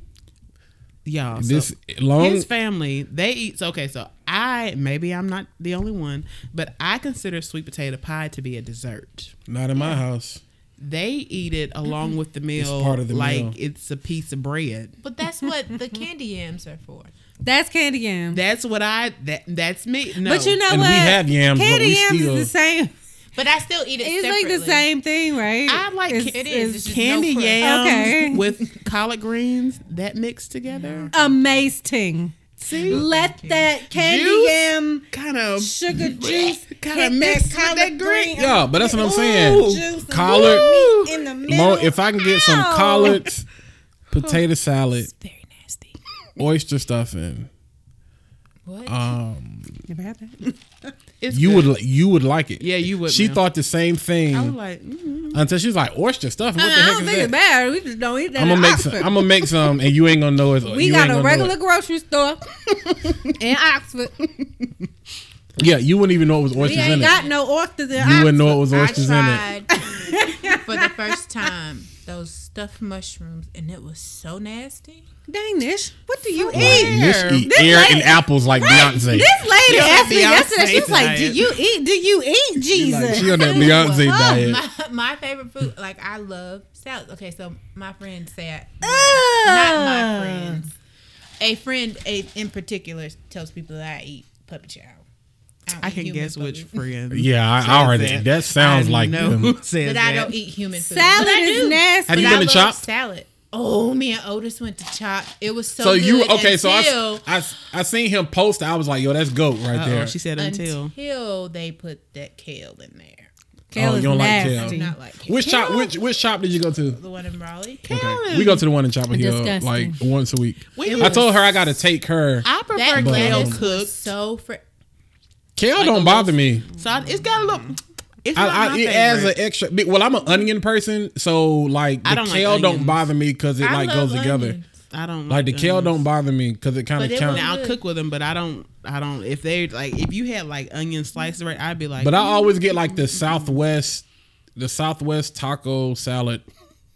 Y'all, so
This long.
his family they eat. So okay, so I maybe I'm not the only one, but I consider sweet potato pie to be a dessert.
Not in my house.
They eat it along with the meal,
part of the
like
meal.
it's a piece of bread.
but that's what the candy yams are for.
That's candy yam.
That's what I that that's me. No,
But you know
And we
what?
have yams, but
Candy
we
yams
still-
is the same.
But I still eat it.
It's
separately.
like the same thing, right?
I like
It's-
ca-
it is. It's just
candy
no crust.
yams
Okay.
with collard greens that mixed together.
amazing.
See,
Let that candy
Juice?
yam
kind of
sugar juice
Kinda
hit that
mixed with
collard
that green.
Yeah, but that's what I'm
Ooh,
saying.
juice and
Collard.
meat in the middle.
Mo- if I can get some
Ow. [LAUGHS]
collards, potato salad,
Very nasty.
oyster stuffing,
What?
um,
Never had that.
it's
you
good.
would li- you would like it.
Yeah, you would,
She
ma'am.
thought the same thing
I was like, mm
until she's like oyster stuffing. What
I,
the heck
don't
is
think
that?
it's bad. We just don't eat that.
I'm
at
gonna make
Oxford.
some. I'm gonna make some, and you ain't gonna know it.
we
you ain't
got
gonna
a
know
regular
it.
grocery store [LAUGHS] in Oxford.
Yeah, you wouldn't even know it was
We
oysters in
ain't
it.
got no oysters in
You wouldn't
Oxford.
know it was
I
oysters in it.
tried [LAUGHS] for the first time those stuffed mushrooms, and it was so nasty. [LAUGHS]
Dang this! What do you eat?
This eat
This
air
lady-
and apples like Beyonce.
This lady
Yeah,
asked me
Beyonce
yesterday. She's like, "Do
diet.
you eat? Do you eat
Like,
Jesus?"
she on that Beyonce
Well,
diet.
My, my favorite food, like I love salads. Okay, so my friends say, I, not my
Ugh.
friends. A friend, a, in particular, tells people that I eat puppy chow. don't
I
eat
can
human
guess
puppy.
[LAUGHS] which friend.
Yeah, I, I already. That, sounds
I
like
know
them.
who says
But I
that.
don't eat human food.
Salad
But I
is
do.
nasty.
Have you
But
been
I
to
love
Chop?
Salad. Oh, me and Otis went to Chop. It was so.
So you
good
okay? So I,
until-
I I seen him post. I was like, yo, that's goat right
Uh-oh,
there.
she said until.
until they put that kale in there.
Kale
Oh,
is
you don't like kale.
I do not like kale.
Which shop? Which which shop did you go to?
the one in Raleigh.
Okay. We go to the one in Chapel Hill
Disgusting.
like once a week.
We
I
was-
told her um, I got to take her.
I prefer
That
kale
lettuce
lettuce
cooked.
was
So
so fr-
Kale
a
don't bother me.
I, it's got a little. It's not
I,
my
I, it
favorite.
adds an extra. bit- Well, I'm an onion person, so like the
I don't like
kale don't
onions.
bother me because it
I
like
love
goes together.
onions.
I don't
Like the kale
onions.
don't bother me because it kind
But
of
it
counts.
Now I'll
Good.
cook with them, but I don't. I don't. If they like, if you had like onion slices, right? I'd be like,
But I always get like the Southwest, the Southwest taco salad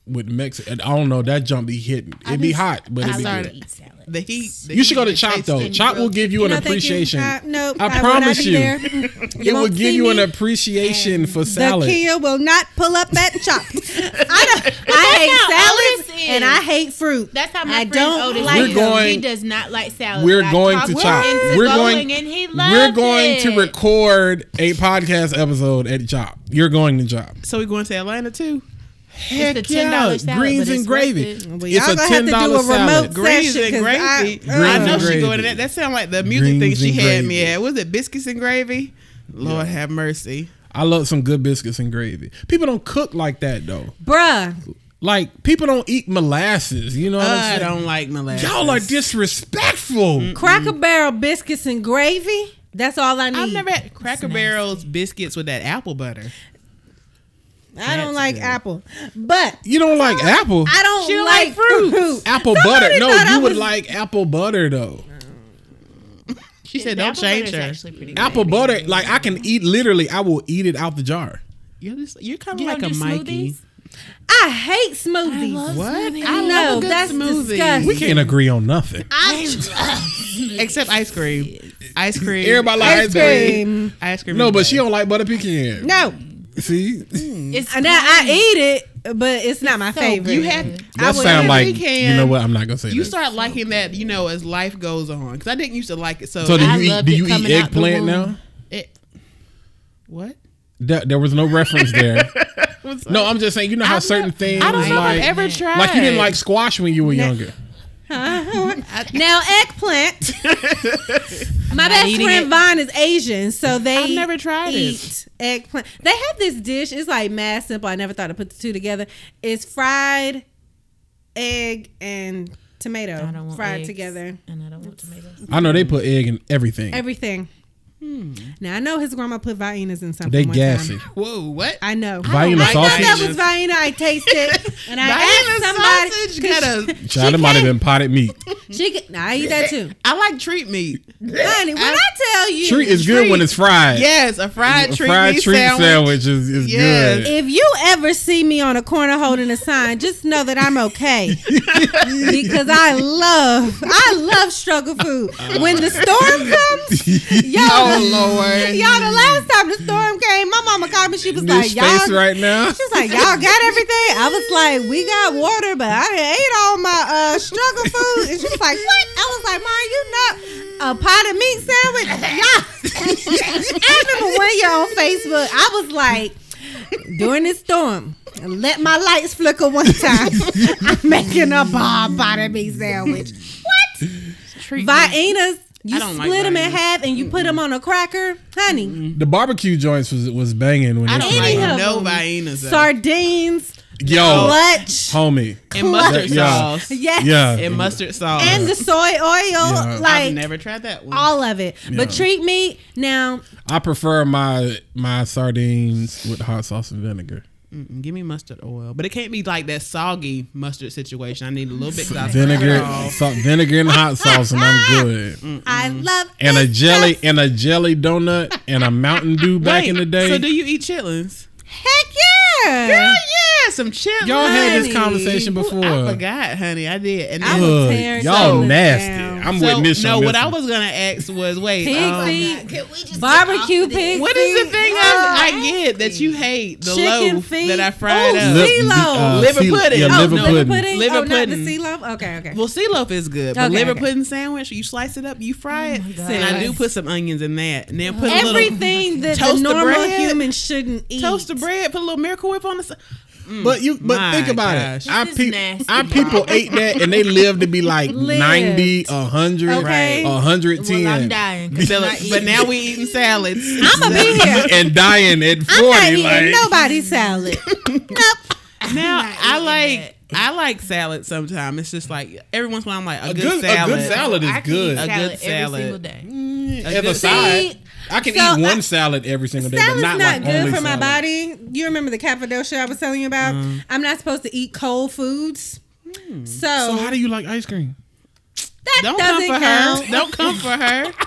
with Mexican. I don't know that jump be hitting. It be
just-
hot, but it
I
be
love to
good.
eat salad.
the heat. the
You should go
heat,
to
the
Chop
taste
though.
and-
Chop will give you an
No, thank you.
appreciation.
Uh, no,
I
I will
promise
not be
you,
there.
[LAUGHS] it will
won't
give
see
you an
me.
appreciation for
The
salad.
kid will not pull up that
[LAUGHS]
chop. I, don't, I hate
That's how
salads
Otis
and
is.
I hate fruit.
That's how my
I
friend
don't
Otis
like
We're
is.
going-
he does not like salad.
we're
I
going
talked
to
him
chop.
into
We're
going,
going.
and he loves
We're going
it.
to record a podcast episode at chop. You're going to chop.
So we going to Atlanta too.
Heck
a $10 salad,
greens
but
and
it's
gravy.
worth it.
Well, y'all gonna have to do a remote
Greens
Session,
and
'cause I-
gravy.
Greens
I,
and
know she
gravy.
going to that. That sounds like the music
Greens
thing she
and
had me
gravy.
at. Was it biscuits and gravy? Lord have mercy.
I love some good biscuits and gravy. People don't cook like that though.
bruh.
Like people don't eat molasses. You know what
I
I'm saying?
don't like molasses.
Y'all are disrespectful.
Cracker
Mm.
Barrel biscuits and gravy. That's all I need.
I've never had Cracker Barrel's biscuits with that apple butter.
I
That's
don't like
good.
apple, but
You don't like apple.
I don't,
She don't
like,
like
fruit.
apple
Somebody
butter. No,
thought I
you would
was-
like apple butter though.
She said,
The
"Don't
apple
change
butter's
her."
actually pretty good.
Apple butter, like I can eat literally, I will eat it out the jar.
You're, just, you're kind of
You
like
don't
a
do
Mikey.
smoothies?
I hate smoothies.
What?
I
love a
know
good
that's
smoothie.
disgusting.
We can't agree on nothing.
Except ice cream.
[LAUGHS]
Ice cream.
Everybody like ice
ice
cream.
cream.
Ice cream.
No,
is
but
bad.
she don't like butter pecan.
No,
See,
It's
and I, I eat it, but it's not my
So
favorite.
You had
[LAUGHS] That
would
sound
every
like
can-
you know what? I'm not gonna say
You
that.
start liking that, you know, as life goes on. Because I didn't used to like it. So,
so do
I
you eat,
loved
do
it
you eat
coming out the
eggplant
womb.
now?
it, what?
That, there was no reference there. no, I'm just saying. You know how
I've
certain
nev-
things
I don't know
like
if I've ever tried.
like you didn't like squash when you were younger.
now
[LAUGHS]
eggplant. my
not
best
eating
friend
it.
Vine is Asian, so they
I've never tried it.
eat eggplant. They have this dish. It's like mad simple. I never thought to put the two together. It's fried egg and
I
tomato
don't want
fried
eggs,
together.
and I don't want tomatoes.
I know they put egg in everything.
Everything.
Hmm.
Now I know his grandma put viennas in something.
they
one
gassy.
Time.
Whoa, what?
I know.
Vienna
I thought that
sausage.
was Vienna. I
[LAUGHS]
tasted it, and I
Vienna
asked
sausage
somebody. 'cause
got
[LAUGHS]
a-
she-
Child,
she
it might have
can't-
been potted meat.
She could, nah, I eat
[LAUGHS]
that too.
I like treat meat.
Honey, when I, tell you,
Treat is good when it's fried.
Yes, a fried
A
treat
fried
meat
treat sandwich,
sandwich.
is, is
Yes.
good.
if you ever see me on a corner holding a sign, just know that I'm
[LAUGHS]
okay because I love, I love struggle food. When the storm
[LAUGHS]
comes, y'all,
Oh, Lord.
y'all, the last time the storm came, my mama called me. She was
this
like, y'all,
face right now.
She's like,
[LAUGHS]
y'all got everything. I was like, we got water, but I didn't ate all my uh, struggle food. And she's like, what? I was like, mom, you know, a pot of meat sandwich. Y'all. [LAUGHS] I remember one year on Facebook, I was like, during this storm, let my lights flicker
[LAUGHS]
one time. I'm [LAUGHS] making a bomb pot of meat sandwich.
Treat
Viennas. You
I don't like
split them in
viennas. Mm-hmm.
half and you put them on a cracker, honey.
The barbecue joints was was banging when
I
it
don't
came
like
out.
Anyhow.
no viennas. though.
Sardines,
Yo,
lunch,
homie.
And mustard
Yeah.
sauce.
yes,
Yeah.
And mustard sauce.
and the soy oil,
Yeah.
like
I've never tried that one.
all of it. But
Yeah.
treat me now.
I prefer my my sardines with hot sauce and vinegar.
Mm-mm, give me mustard oil, but it can't be like that soggy mustard situation. I need a little bit. 'cause I was
Vinegar,
like,
so, vinegar and hot sauce, and I'm good.
I love
Mm. And a
this
jelly,
stuff.
and a jelly donut, and a Mountain Dew back
Wait,
in the day.
So do you eat chitlins?
Heck yeah!
Girl, Oh, yeah, some chitlins.
Y'all had this
Honey.
conversation before.
I forgot, honey. I did. And
I
then-
was
Ugh,
tearing
y'all
something
nasty.
down.
I'm
so,
with Miss.
no,
on
what
this
I
one.
was gonna ask was, wait,
Pig
um,
feet,
Could we just get
barbecue
off of this?
pig.
what is the thing I, I
feet.
get that you hate? The
Chicken
loaf
feet.
that I fried
Ooh,
up.
Lip- CeeLo.
Liver
Cee-
pudding.
uh, Yeah,
Oh,
liver
no.
pudding.
Liver pudding.
Liver
oh,
pudding.
Not the sea loaf. Okay, okay.
Well, sea loaf is good, but
Okay,
liver
okay.
pudding sandwich, you slice it up, you fry it,
God.
and I do put some onions in that, and then put a
[LAUGHS]
little
Everything that the
toast the
normal
bread.
human shouldn't
[LAUGHS]
eat.
toast of bread, put a little miracle whip on
[LAUGHS]
the. si-
But you, but
My
think about
gosh.
it. Our,
This is
peop-
nasty,
our
bro.
people ate that and they lived to be like
Lived.
ninety, a 100,
Okay.
a 110.
Well, I'm dying. 'cause
But-
I'm not
but
eating.
now we eating
[LAUGHS]
salads.
I'm gonna be here.
and dying at 40.
I'm not eating
like,
nobody's salad. nope. [LAUGHS]
now I
eating
like I like salad sometimes. It's just like every once in a while I'm like a,
a,
good,
good,
salad.
a good [LAUGHS] salad is
I can
good.
Eat
A
salad
good
every
salad.
single day.
As a
good-
side,
See,
I can
so
eat one
I-
salad every single day, but
Salad's
not,
not,
like
good
only
for my
salad.
body. You remember the Cappadocia I was telling you about? I'm not supposed to eat cold foods. So,
So how do you like ice cream?
that
Don't come
doesn't
for
count.
her. Don't come for her.
[LAUGHS]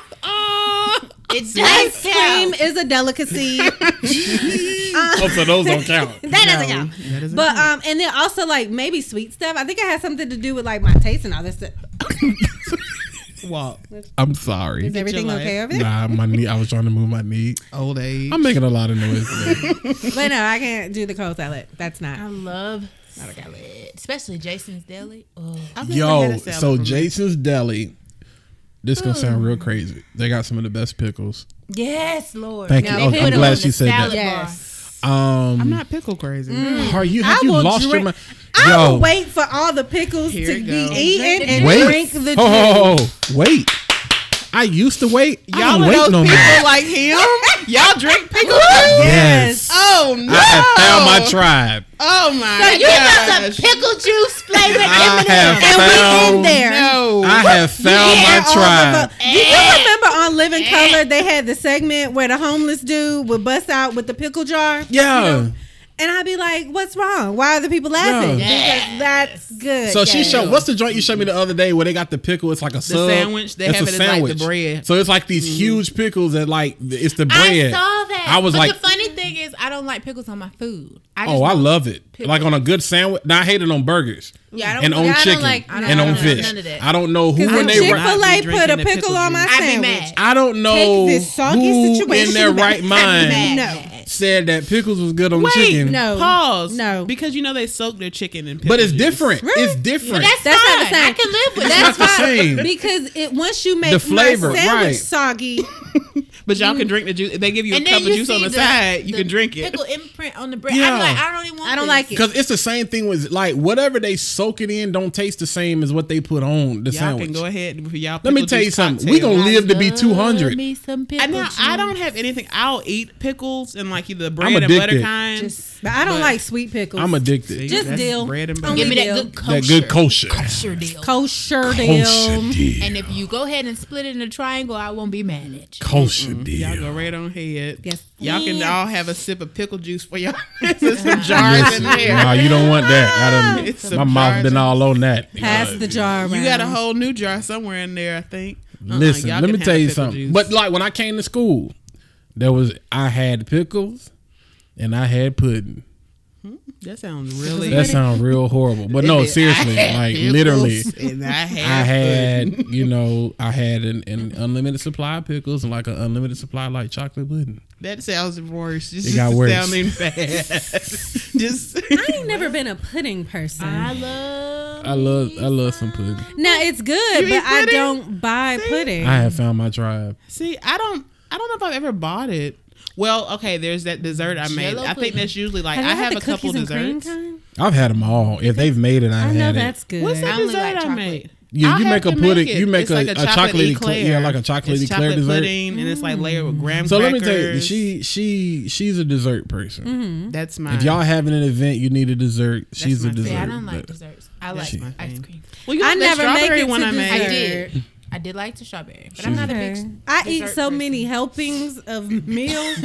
It
Ice
does
cream
count.
is a delicacy. that
Oh, so those don't
[LAUGHS]
count.
doesn't
No,
count.
that doesn't
But
count.
um, and then also like maybe sweet stuff. I think it has something to do with like my taste and all this. Stuff.
walk
I'm
Is
sorry.
everything
your life.
okay over there?
Nah, my knee. I was trying to move my knee.
old age.
I'm making a lot of
[LAUGHS]
noise. Today.
But no, I can't do the cold salad. That's
I
not.
love salad, especially Jason's Deli. Oh,
I've never had
Yo,
a salad
so
from
Jason's Deli. This gonna sound real crazy. They got some of the best pickles.
yes, Lord.
Thank you.
Now
Oh,
put
I'm
it
glad
on
she
the
said that.
salad bar.
Yes.
Um,
I'm not pickle crazy.
Are you? Have
I
you
will
lost your
drink-
mind?
I will wait for all the pickles
Here
to
it
be
goes.
eaten and
Wait.
drink the.
Oh, oh, oh, oh, wait. I used to wait. I
Y'all
don't
are those
wait no
people
more.
like him. Y'all drink pickle juice?
Yes.
Oh no!
I have found my tribe.
oh my
So you got
gosh!
some pickle juice flavored
I have
M&M's.
And we in
found.
there.
no.
I have found
Yeah,
my
all
tribe.
of the- Do you remember on Living Color they had the segment where the homeless dude would bust out with the pickle jar?
Yeah.
And I'd be like, "What's wrong? Why are the people laughing?"
Yeah.
Because that's good.
So she
yes.
showed. What's the joint you showed me the other day where they got the pickle? It's like a sub.
sandwich, they
it's
have
a
it as, like, the
sandwich.
bread.
So it's like these huge pickles that like it's the bread.
I saw that.
I was
but
like,
the funny thing is, I don't like pickles on my food. I just
oh, I
want-
love it.
pickles.
Like on a good sandwich. Now I hate it on burgers.
Yeah, I don't-
and on
I don't
chicken
like- I don't-
and
I
on
don't like
fish.
none of that.
I don't know who
Because
when
when
they
Chick
write.
Fil
I'd
A
be
put a
drinking the
pickle
pickle
on my
juice.
I'd be
sandwich,
mad.
I don't know
this soggy
who
situation
in their
back.
right
I'm
mind
Mad.
mad. No. that.
said that pickles was good on
Wait,
chicken.
no.
Pause.
No.
because you know they soak their chicken in.
But
pickle
it's
juice.
different.
Really?
It's different.
That's,
That's
fine.
not the same.
I can live with
not
that.
That's
the
why,
same.
because it once you make
The flavor,
my sandwich
right.
soggy,
But y'all
Mm.
can drink the juice. If they give you a cup of juice on
see
the, side, you
the
can drink it.
Pickle imprint on the bread.
Yeah.
I'm like, I don't even want.
I don't
this.
like it.
Because it's the same thing with like whatever they soak it in don't taste the same as what they put on the
Y'all
sandwich.
can go ahead. with Y'all
Let me
pickle
tell
juice
you something.
cocktail.
We gonna
I
live to be
love
200.
Me some pickle
I, now,
juice.
I don't have anything. I'll eat pickles and like either bread and
addicted.
butter kind.
just, but I don't like sweet pickles.
I'm addicted.
See,
Just
that's
deal.
Bread and
Don't
butter.
Give me that
deal.
good kosher.
That good kosher.
kosher deal.
kosher
Kosher
deal.
deal.
And if you go ahead and split it in a triangle, I won't be mad at you.
Kosher
Mm-hmm. Y'all
deal.
go right on ahead.
Yes,
Y'all can
ma'am.
all have a sip of pickle juice for
[LAUGHS]
y'all. [LAUGHS] There's some jars in there.
Nah, you don't want that. I done,
It's
my
some
mouth
jars
been
in-
all on that.
Pass
Uh,
the jar around.
You got a whole new jar somewhere in there, I think. Uh-uh,
Listen,
y'all
let
can
me
have
tell you
pickle
something.
juice.
But like when I came to school, there was I had pickles and I had pudding.
that sounds really. [LAUGHS]
That sounds real horrible. But no, seriously,
I had
like
pickles
literally.
and [LAUGHS] I had,
I had, you know, I had an, an unlimited supply of pickles and like an unlimited supply of like chocolate pudding.
That sounds worse. It's just
got worse.
sounding bad. [LAUGHS] just
I ain't never been a pudding person.
I love.
Oh,
I love, I love some pudding.
now it's good,
You eat
but I
pudding?
don't buy pudding.
I have found my tribe.
[LAUGHS] see. I don't. I don't know if I've ever bought it. Well, okay. There's that dessert I made.
Jell-O
I think
pudding.
that's usually like
have you
I
had
have
the
a couple
cookies and cream
desserts.
kind?
I've had them all. If they've made it, I,
I
have
know
had
that's
it.
good.
What's
I
that
only
dessert
like
I
chocolate.
made?
Yeah,
I
you
have
make a
to
pudding.
it.
you make
It's
a,
like
a chocolate eclair. Yeah, like a chocolate
It's
eclair
chocolate
dessert. Mm-hmm.
pudding, and it's like layered with graham
So
crackers.
let me tell you, she she she's a dessert person.
That's mine.
If y'all having an event, you need a dessert. she's
my
a
thing.
dessert.
Yeah, I don't like
but-
desserts. I like
my
ice
thing.
cream.
well, you
I
like that
never make
strawberry
it
one
to
I made.
I
dessert.
did. I did like the strawberry, but I'm
She's-
not a big.
I eat
Dessert
so
person.
many helpings of meals.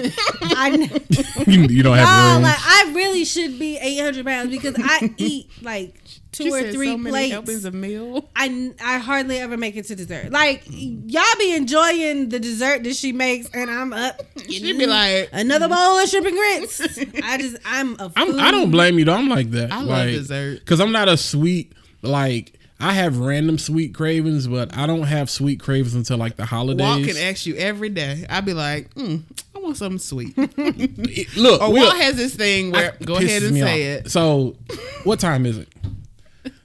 I know.
you, [LAUGHS] you don't have
[LAUGHS] Oh,
room.
like I really should be 800 pounds because I eat like two
She
or
said
three
so many
plates.
helpings of [LAUGHS] meal.
I, I hardly ever make it to dessert. Like y'all be enjoying the dessert that she makes, and I'm up.
She'd be like, mm-hmm.
Another bowl of shrimp and grits.
[LAUGHS]
I just I'm a food.
I'm, I don't blame you though. I'm like that.
I love
like,
dessert.
because I'm not a sweet like. I have random sweet cravings, but I don't have sweet cravings until like the
Walk
holidays.
can ask you every day. I'd be like, mm, I want something sweet.
It- look,
Or
we'll-
Walt has this thing where
it
go ahead
pisses
and
me
say
off.
it.
So, what time is it?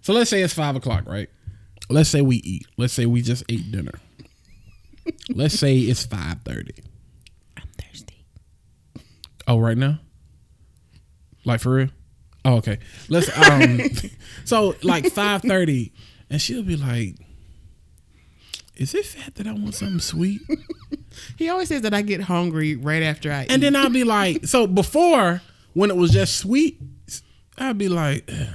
So let's say it's five o'clock, right? Let's say we eat. Let's say we just ate dinner. Let's say it's five thirty.
I'm thirsty.
Oh, right now? Like for real? Oh, okay. Let's um [LAUGHS] so like five thirty and she'll be like is it fat that I want something sweet?
He always says that I get hungry right after I
And
eat.
then I'll be like, so before when it was just sweet, I'd be like, "Ugh,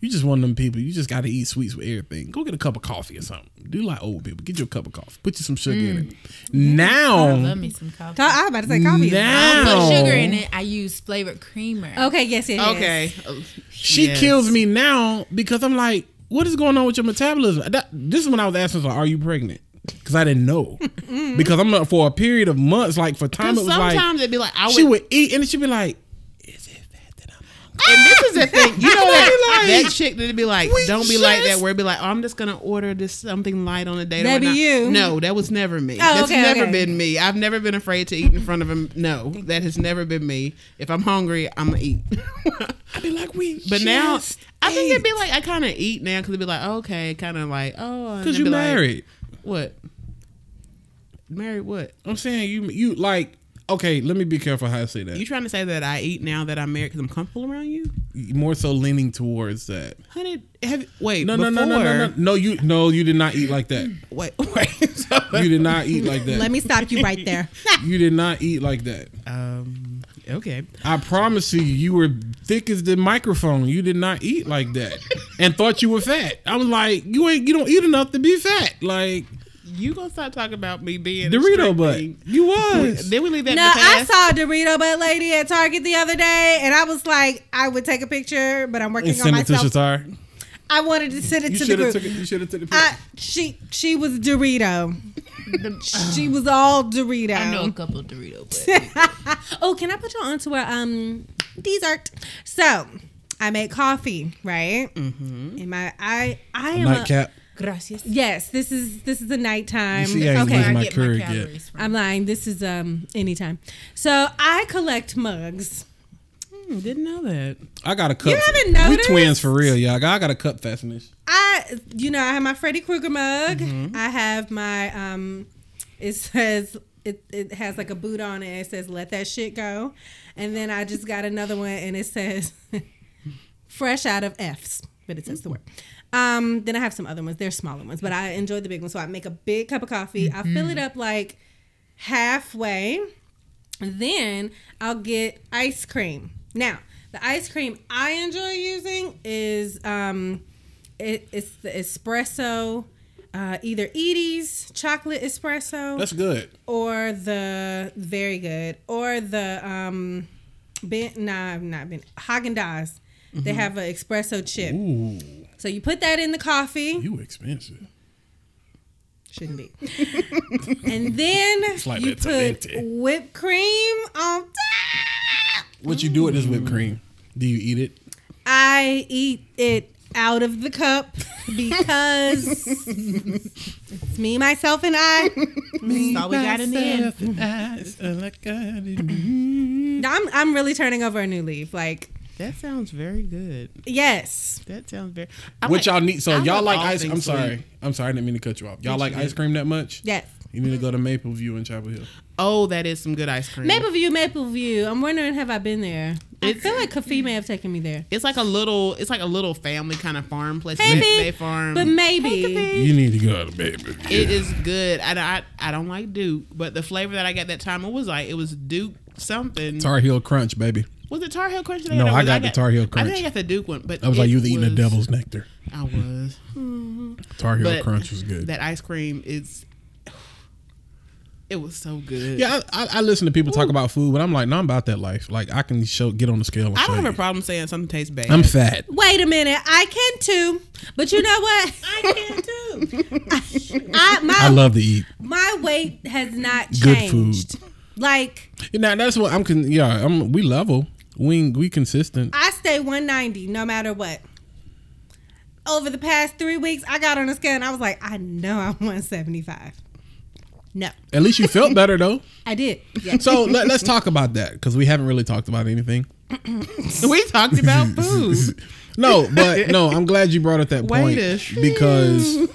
you just one of them people. You just got to eat sweets with everything. Go get a cup of coffee or something. Do like old people. Get you a cup of coffee. Put you some sugar in it.
Mm. I love
Now,
me some coffee.
Co- I'm about to say coffee. is-
I
now,
don't put sugar in it. I use flavored creamer.
Okay. Yes. Yes. yes.
okay.
she
Yes.
kills me now because I'm like, what is going on with your metabolism? That, this is when I was asking, like, are you pregnant? Because I didn't know.
Mm-hmm.
because I'm not for a period of months, like for time, it was like
sometimes it'd be like, I
she
would.
would eat and she'd be like, is it fat that I'm?
And this is the thing. You know that,
I'd be [LAUGHS] like,
that chick that'd be like,
we
don't be like that,
just-
where it'd be like, oh, I'm just going to order this something light on a date. or
That be
whatnot.
you.
No, that was never
Oh,
me. That's
okay,
never
okay.
been me. I've never been afraid to eat in front of him. No, that has never been me. If I'm hungry, I'm going to eat. [LAUGHS]
I'd be like, we.
But now,
just
I think it'd
ate."
be like I kind of eat now because it'd be like okay, kind of like oh, and
Cause
it'd
you
be like,
married.
what? Married what?
I'm saying you you like okay. Let me be careful how I say that.
You trying to say that I eat now that I'm married because I'm comfortable around you,
More so leaning towards that.
honey? Have wait?
No no no no no no
before-
no. You no you did not eat like that.
Wait [LAUGHS] wait. So,
You did not eat like that.
Let me stop you
[LAUGHS]
right there.
You did not eat like that.
um. Okay.
I promise you, you were thick as the microphone. You did not eat like that, and thought you were fat. I was like, you ain't you don't eat enough to be fat. Like
You gonna stop talking about me being a
Dorito
strict
butt.
thing.
You was.
Then we leave that.
No, I
in the past.
saw a Dorito butt lady at Target the other day, and I was like, I would take a picture, but I'm working
And
on
send it to
myself.
Shatar.
I wanted to send it
You
to the
should have
group.
took it. You should have took the
I,
picture.
she she was
[LAUGHS]
Dorito. she was all Dorito.
I know a couple of Dorito,
[LAUGHS]
but
oh, can I put y'all onto a um dessert? So I made coffee, right? Mm-hmm. And my I I am a-
Nightcap.
Gracias.
Yes, this is this is the nighttime.
she ain't
okay,
lose
I
my
get
courage
my calories from.
I'm lying. This is um anytime. So I collect mugs.
Hmm, didn't know that.
I got a cup.
haven't
We
noticed?
twins for real, y'all. I got I got a cup fascination.
I you know I have my Freddy Krueger mug. I have my um. It says it it has like a boot on it. It says let that shit go, and then I just got another one and it says [LAUGHS] fresh out of F's, but it says the word. Um, then I have some other ones. They're smaller ones, but I enjoy the big ones. So I make a big cup of coffee. I fill it up like halfway. Then I'll get ice cream. Now, the ice cream I enjoy using is um, it, it's the espresso, uh, either Edie's chocolate espresso
That's good.
or the very good or the um ben nah not ben Haagen Dazs. They have an espresso chip.
Mm-hmm. Ooh,
So you put that in the coffee.
you expensive.
Shouldn't be. [LAUGHS] and then
like
you
that's a
put
venti.
whipped cream on top.
What you do with this whipped cream? Do you eat it?
I eat it out of the cup because it's me, myself, and I. [LAUGHS]
That's all Oh, we got in the end.
Now I'm I'm really turning over a new leaf. Like
That sounds very good.
yes.
That sounds very. I
What
like-
y'all need? So
I
y'all like
all
ice? I'm
things
sorry.
sweet.
I'm sorry. I didn't mean to cut you off. Y'all like ice cream that much?
Yes.
You need to go to Maple View in Chapel Hill.
Oh, that is some good ice cream.
Maple View, Maple View. I'm wondering, have I been there? I
It's-
feel like Kafi may have taken me there.
It's like a little. It's like a little family kind of farm place.
Maybe,
They, they farm.
But maybe.
You need to go to Maple
It is good. I, I, I don't like Duke, but the flavor that I got that time it was like it was Duke something.
Tar Heel Crunch, baby.
was it Tar Heel Crunch? that
No,
or
I
was
got the Tar Heel
I think
Crunch.
I got the Duke one, but
I was like,
it
you was eating the
was-
devil's nectar.
I was.
Tar Heel
But
Crunch was good.
That ice cream is. It was so good.
yeah, I, I, I listen to people talk about food, but I'm like, no, I'm about that life. Like, I can show get on the scale. And
I don't
show
have a
you.
problem saying something tastes bad.
I'm fat.
Wait a minute. I can too. But you know what? I can too. [LAUGHS] I, my,
I love to eat
my weight has not
good
changed.
food.
Like,
Now that's what I'm. Con- yeah, I'm. We level. We we consistent.
I stay 190 no matter what. Over the past three weeks, I got on a scale and I was like, I know I'm 175. No,
At least you felt better though.
I did. Yeah.
[LAUGHS] So let, us talk about that because we haven't really talked about anything.
we
[LAUGHS]
talked about food.
No, but no, I'm glad you brought up that point
Wait
[LAUGHS]
a-
because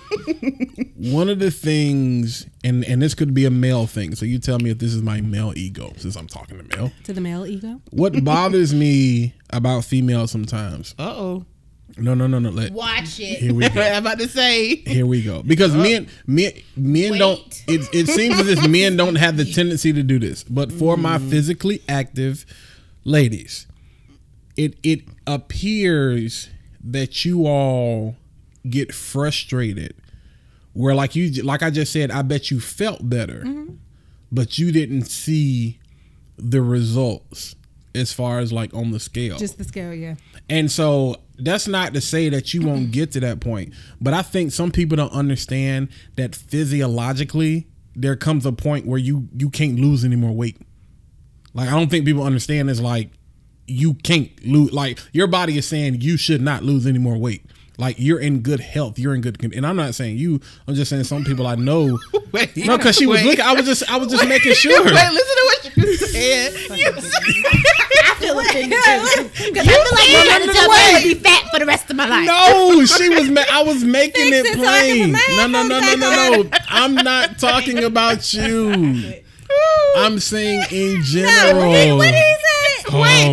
one of the things, and and this could be a male thing. So you tell me if this is my male ego since I'm talking to male.
to the male ego.
What bothers me about females sometimes?
Uh oh.
No, no, no, no. Let,
Watch it.
here we [LAUGHS] go.
I'm about to say.
Here we go. Because men, men, men don't. It, it seems as if men don't have the tendency to do this. But for my physically active ladies, it it appears that you all get frustrated. Where like you, like I just said, I bet you felt better, but you didn't see the results as far as like on the scale.
Just the scale, [LAUGHS] yeah.
And so that's not to say that you won't get to that point, but I think some people don't understand that physiologically there comes a point where you you can't lose any more weight. Like I don't think people understand is like you can't lose like your body is saying you should not lose any more weight. Like you're in good health, you're in good con- and I'm not saying you, I'm just saying some people I know
[LAUGHS] Wait.
No, cuz she was looking I was just I was just making sure.
[LAUGHS] Wait, listen to what
[LAUGHS]
you said. You
[LAUGHS] I'm gonna tell me to be fat for the rest of my life.
No, she was. Ma- I was making
Fix
it
it so I
plain.
can
No,
laugh
no, no, no, no, no. I'm not talking about you. I'm saying in general.
Wait, what is it?
oh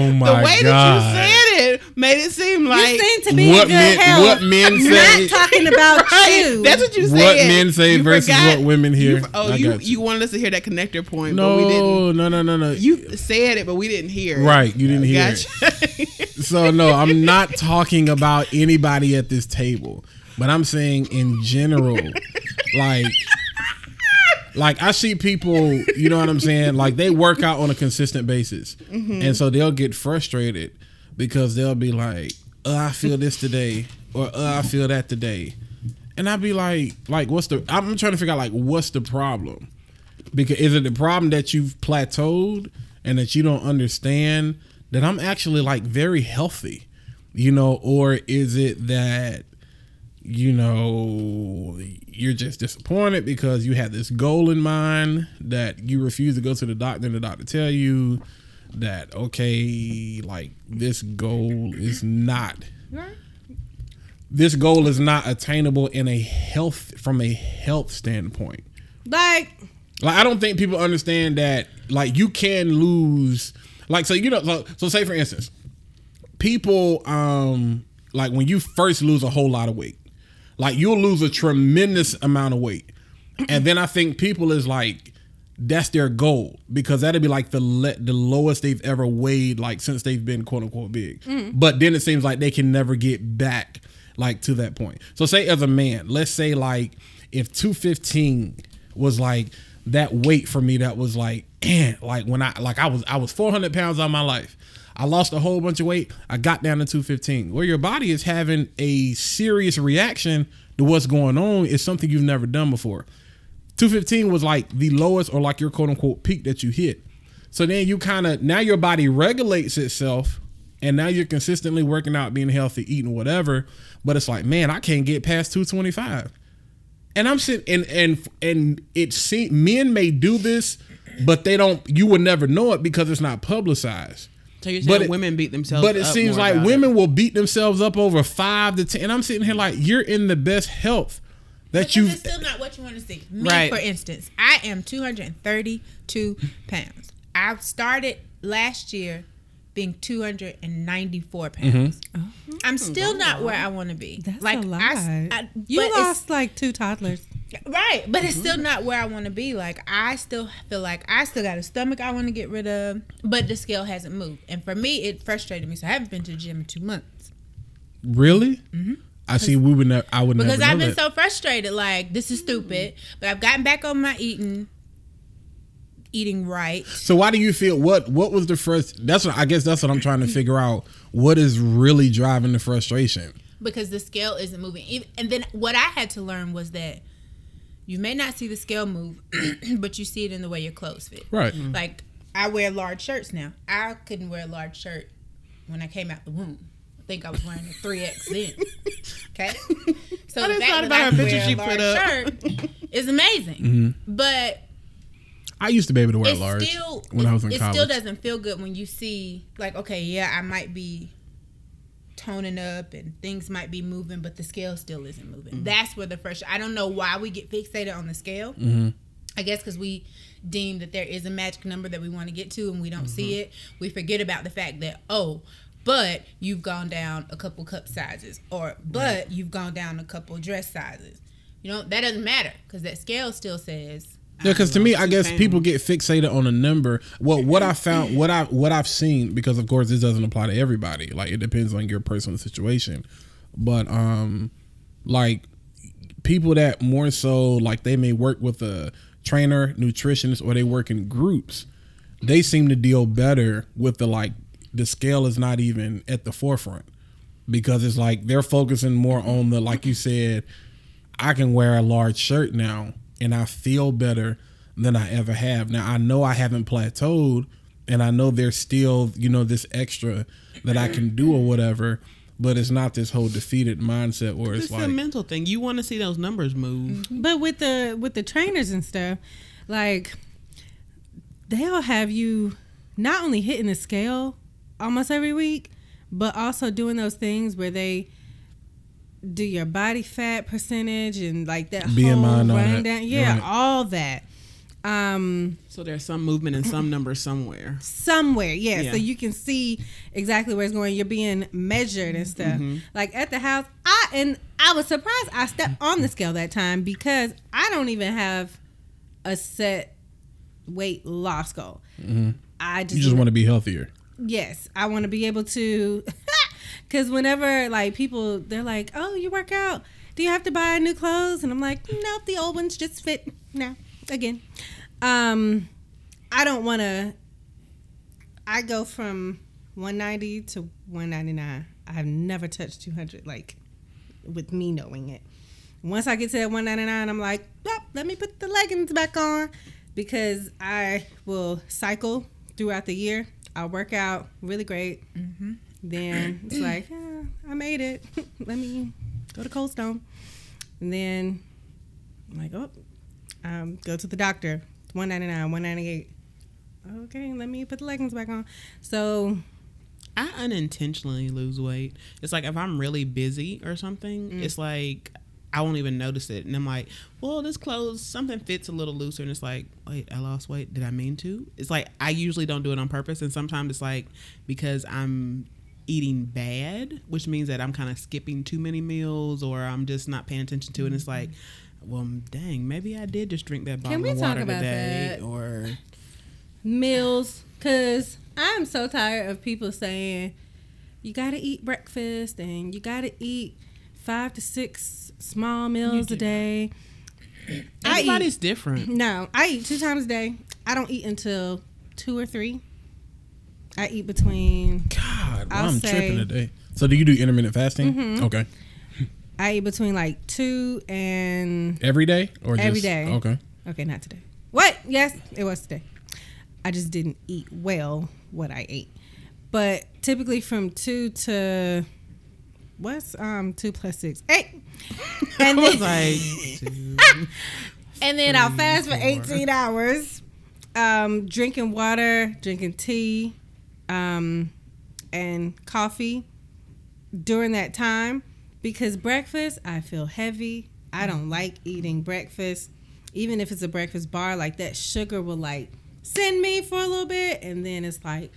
the
my
way
god!
that you said it made it seem like
you seem to be
what
in good
men-
health.
what men say-
Not
[LAUGHS]
talking about you.
that's what you said.
What men say
You
versus
forgot-
what women hear.
You, oh,
I
you,
got
you wanted us to hear that connector point,
no,
but we didn't.
no, no, no, no.
You said it, but we didn't hear. it.
right? You didn't hear. it.
[LAUGHS] Gotcha.
So no, I'm not talking about anybody at this table, but I'm saying in general, like, like I see people, you know what I'm saying? Like they work out on a consistent basis, and so they'll get frustrated because they'll be like, oh, "I feel this today," or oh, "I feel that today," and I'd be like, "Like what's the?" I'm trying to figure out like what's the problem because is it the problem that you've plateaued and that you don't understand that I'm actually like very healthy, you know, or is it that you know you're just disappointed because you had this goal in mind that you refuse to go to the doctor and the doctor tell you that okay like this goal is not this goal is not attainable in a health from a health standpoint
Like,
like I don't think people understand that like you can lose like so you know so, so say for instance people um like when you first lose a whole lot of weight like you'll lose a tremendous amount of weight and then I think people is like that's their goal because that'd be like the le- the lowest they've ever weighed like since they've been quote unquote big but then it seems like they can never get back like to that point so say as a man let's say like if 215 was like that weight for me that was like [CLEARS THROAT] eh, like when i like i was i was 400 pounds on my life i lost a whole bunch of weight i got down to 215 where your body is having a serious reaction to what's going on is something you've never done before 215 was like the lowest or like your quote unquote peak that you hit. So then you kind of now your body regulates itself and now you're consistently working out, being healthy, eating whatever, but it's like, man, I can't get past 225. And I'm sitting and and and it seems men may do this, but they don't you will never know it because it's not publicized.
So you're
But
saying
it-
women beat themselves
But it
up
seems
more
like
about it.
women will beat themselves up over five to ten. And I'm sitting here like you're in the best health that
Because
you've
it's still not what you want to see. Me,
Right.
for instance, I am 232 pounds. I started last year being 294 pounds. I'm still not where I want to be.
Mm-hmm. that's
like,
a
I
lot.
s- I-
you
but it's-
lost Mm-hmm. like two toddlers.
Right, but it's still not where I want to be. Like I still feel like I still got a stomach I want to get rid of, but the scale hasn't moved. And for me, it frustrated me. So I haven't been to the gym in two months
Really? I see. We would never. I would
Mm-hmm. because
never.
I've
know
been
that.
so frustrated. Like this is stupid, but I've gotten back on my eating, eating right.
So why do you feel what? What was the first? That's what I guess. That's what I'm
Mm-hmm.
trying to figure out. What is really driving the frustration?
because the scale isn't moving. Even- And then what I had to learn was that you may not see the scale move, [CLEARS THROAT] but you see it in the way your clothes fit.
Right.
Mm-hmm. Like I wear large shirts now. I couldn't wear a large shirt when I came out the womb. I think I was wearing a three X [LAUGHS] then. Okay. So
I
the
just thought
fact that
about
I
her
can
picture
wear a
she put
large
up.
Shirt is amazing,
Mm-hmm.
but
I used to be able to wear
it
large
still
when
it,
I was in
it
college.
still doesn't feel good when you see like okay yeah i might be toning up and things might be moving but the scale still isn't moving
Mm-hmm.
that's where the first i don't know why we get fixated on the scale
Mm-hmm.
i guess because we deem that there is a magic number that we want to get to and we don't
Mm-hmm.
see it we forget about the fact that oh but you've gone down a couple cup sizes or but you've gone down a couple dress sizes you know that doesn't matter because that scale still says
Yeah, because to me, I guess people get fixated on a number. Well, what I found, what I what I've seen, because of course this doesn't apply to everybody. Like it depends on your personal situation, but um, like people that more so like they may work with a trainer, nutritionist, or they work in groups. They seem to deal better with the like the scale is not even at the forefront because it's like they're focusing more on the like you said I can wear a large shirt now and I feel better than I ever have. Now I know I haven't plateaued and I know there's still, you know, this extra that I can do or whatever, but it's not this whole defeated mindset where it's
It's a
like
mental thing. You want to see those numbers move.
But with the with the trainers and stuff, like they'll have you not only hitting the scale almost every week, but also doing those things where they do your body fat percentage and like that
BMI
whole
and all that.
rundown. Yeah,
Right.
all that. Um
So there's some movement and some numbers somewhere.
somewhere yeah,
Yeah.
so you can see exactly where it's going you're being measured and stuff
Mm-hmm.
like at the house i and i was surprised i stepped on the scale that time because i don't even have a set weight loss goal i just,
Mm-hmm. you just want to be healthier.
yes i want to be able to [LAUGHS] because whenever like people they're like oh you work out do you have to buy new clothes and i'm like nope the old ones just fit now again um i don't want to i go from 190 to 199 i have never touched 200 like with me knowing it once i get to that 199 i'm like "Yup, let me put the leggings back on because i will cycle throughout the year i work out really great then it's [LAUGHS] like "Ah, i made it let me go to cold stone and then I'm like, oh, um, go to the doctor. It's 199 198 Okay, let me put the leggings back on. So
I unintentionally lose weight. It's like if I'm really busy or something,
Mm.
it's like I won't even notice it. And I'm like, well, this clothes, something fits a little looser. And it's like, wait, I lost weight. Did I mean to? It's like I usually don't do it on purpose. And sometimes it's like because I'm eating bad, which means that I'm kind of skipping too many meals or I'm just not paying attention to it. And it's like, well, dang, maybe I did just drink that bottle
Mm-hmm. we
of
talk
water
about
today.
that?
Or
meals because i'm so tired of people saying you gotta eat breakfast and you gotta eat five to six small meals a day I eat-
everybody's
[LAUGHS]
different.
no i eat two times a day i don't eat until two or three i eat between
God,
I'll
I'm
say- Mm-hmm.
tripping today. So do you do intermittent fasting? Okay,
i eat between like two and
every day or
Every
just,
day.
Okay,
okay not today what yes it was today i just didn't eat well what i ate but typically from two to what's um two plus six eight and
[LAUGHS] I was
then,
like,
and then i'll fast for 18 hours um drinking water drinking tea um and coffee during that time because breakfast I feel heavy. I don't like eating breakfast, even if it's a breakfast bar. Like that sugar will like send me for a little bit, and then it's like,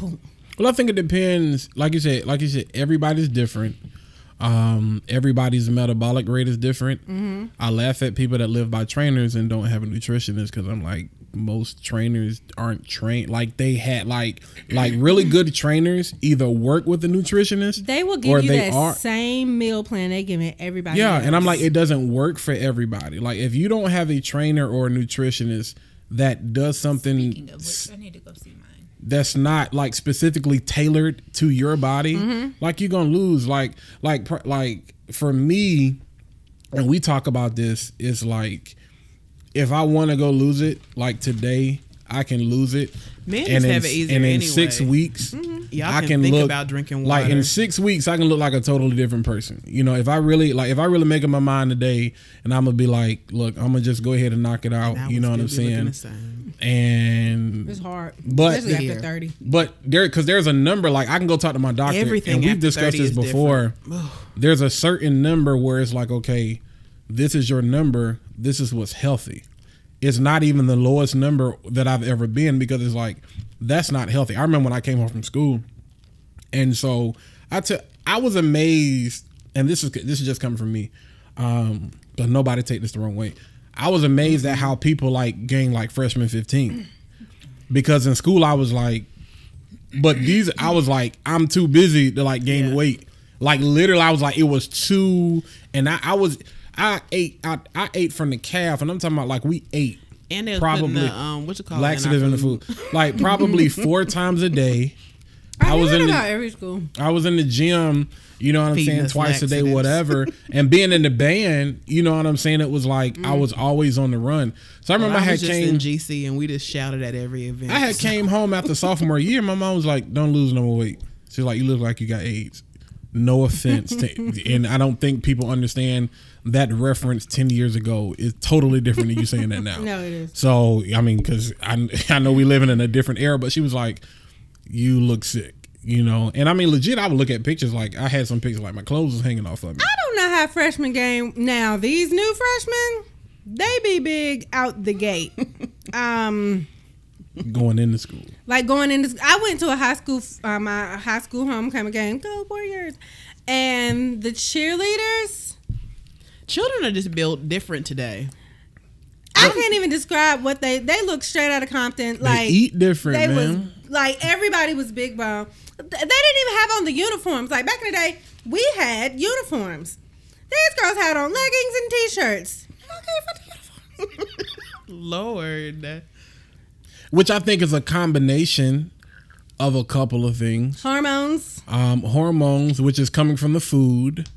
Well, I think it depends. Like you said, like you said, everybody's different. Um, everybody's metabolic rate is different.
Mm-hmm.
I laugh at people that live by trainers and don't have a nutritionist because I'm like, most trainers aren't trained. Like they had like like really good trainers either work with a nutritionist
they will give you that same meal plan they giving everybody.
yeah, and I'm
else.
like, it doesn't work for everybody. Like, if you don't have a trainer or a nutritionist that does something
Speaking of which, I need to go see mine.
that's not like specifically tailored to your body,
Mm-hmm.
like you're gonna lose. Like, like, pr- like for me, and we talk about this is like, if I want to go lose it, like today, I can lose it.
Men
and
just
in,
have it easier
and in
anyway. Mm-hmm.
six weeks,
Y'all
I
can
can
think
look
about drinking
Like in
water.
six weeks, I can look like a totally different person. You know, if I really like, if I really make up my mind today, and I'm gonna be like, look, I'm gonna just go ahead and knock it out.
I
you
would
know what I'm
still be looking
saying?
the same.
And
it's hard,
But-
especially
Yeah.
after thirty.
but there, because there's a number like I can go talk to my doctor.
Everything
and we've
after
discussed
30
this
is different.
before. There's a certain number where it's like, okay, this is your number. This is what's healthy. It's not even the lowest number that I've ever been because it's like that's not healthy. I remember when I came home from school, and so I took. I was amazed, and this is this is just coming from me. Um, but nobody take this the wrong way. I was amazed at how people like gain like freshman fifteen, because in school I was like, but these I was like, I'm too busy to like gain weight. Like literally, I was like, it was too, and I, I was I ate I, I ate from the calf, and I'm talking about like we ate
And they're probably
Probably
putting the, um, what you call it um, in our
laxative in the food, like
[LAUGHS]
probably four times a day. I, was
heard
in the,
about every school.
I was in the gym, you know what I'm
Feeding
saying,
us
twice a day,
laxatives.
whatever. and being in the band, you know what I'm saying, it was like I was always on the run. So I
Mm. Well,
remember I,
I
had
was just
came
in GC and we just shouted at every event.
I
[LAUGHS]
had came home after sophomore year. My mom was like, "Don't lose no more weight." She's like, "You look like you got AIDS." No offense, to, and I don't think people understand that reference ten years ago is totally different than you saying that now.
[LAUGHS] No, it is.
So I mean, because I I know we living in a different era, but she was like, "You look sick," you know. And I mean, legit, I would look at pictures like I had some pictures like my clothes was hanging off of me.
I [LAUGHS] don't know how freshman game now. These new freshmen, they be big out
[LAUGHS]
the gate. um.
going into school.
like going into i went to a high school uh, my high school homecoming game go warriors and the cheerleaders
Children are just built different today.
i can't even describe what they they look straight out of compton
they
like
eat different,
they
man.
was like everybody was big bone Th- they didn't even have on the uniforms like back in the day we had uniforms these girls had on leggings and t-shirts
Lord.
Which I think is a combination of a couple of things.
hormones
um, hormones, which is coming from the food,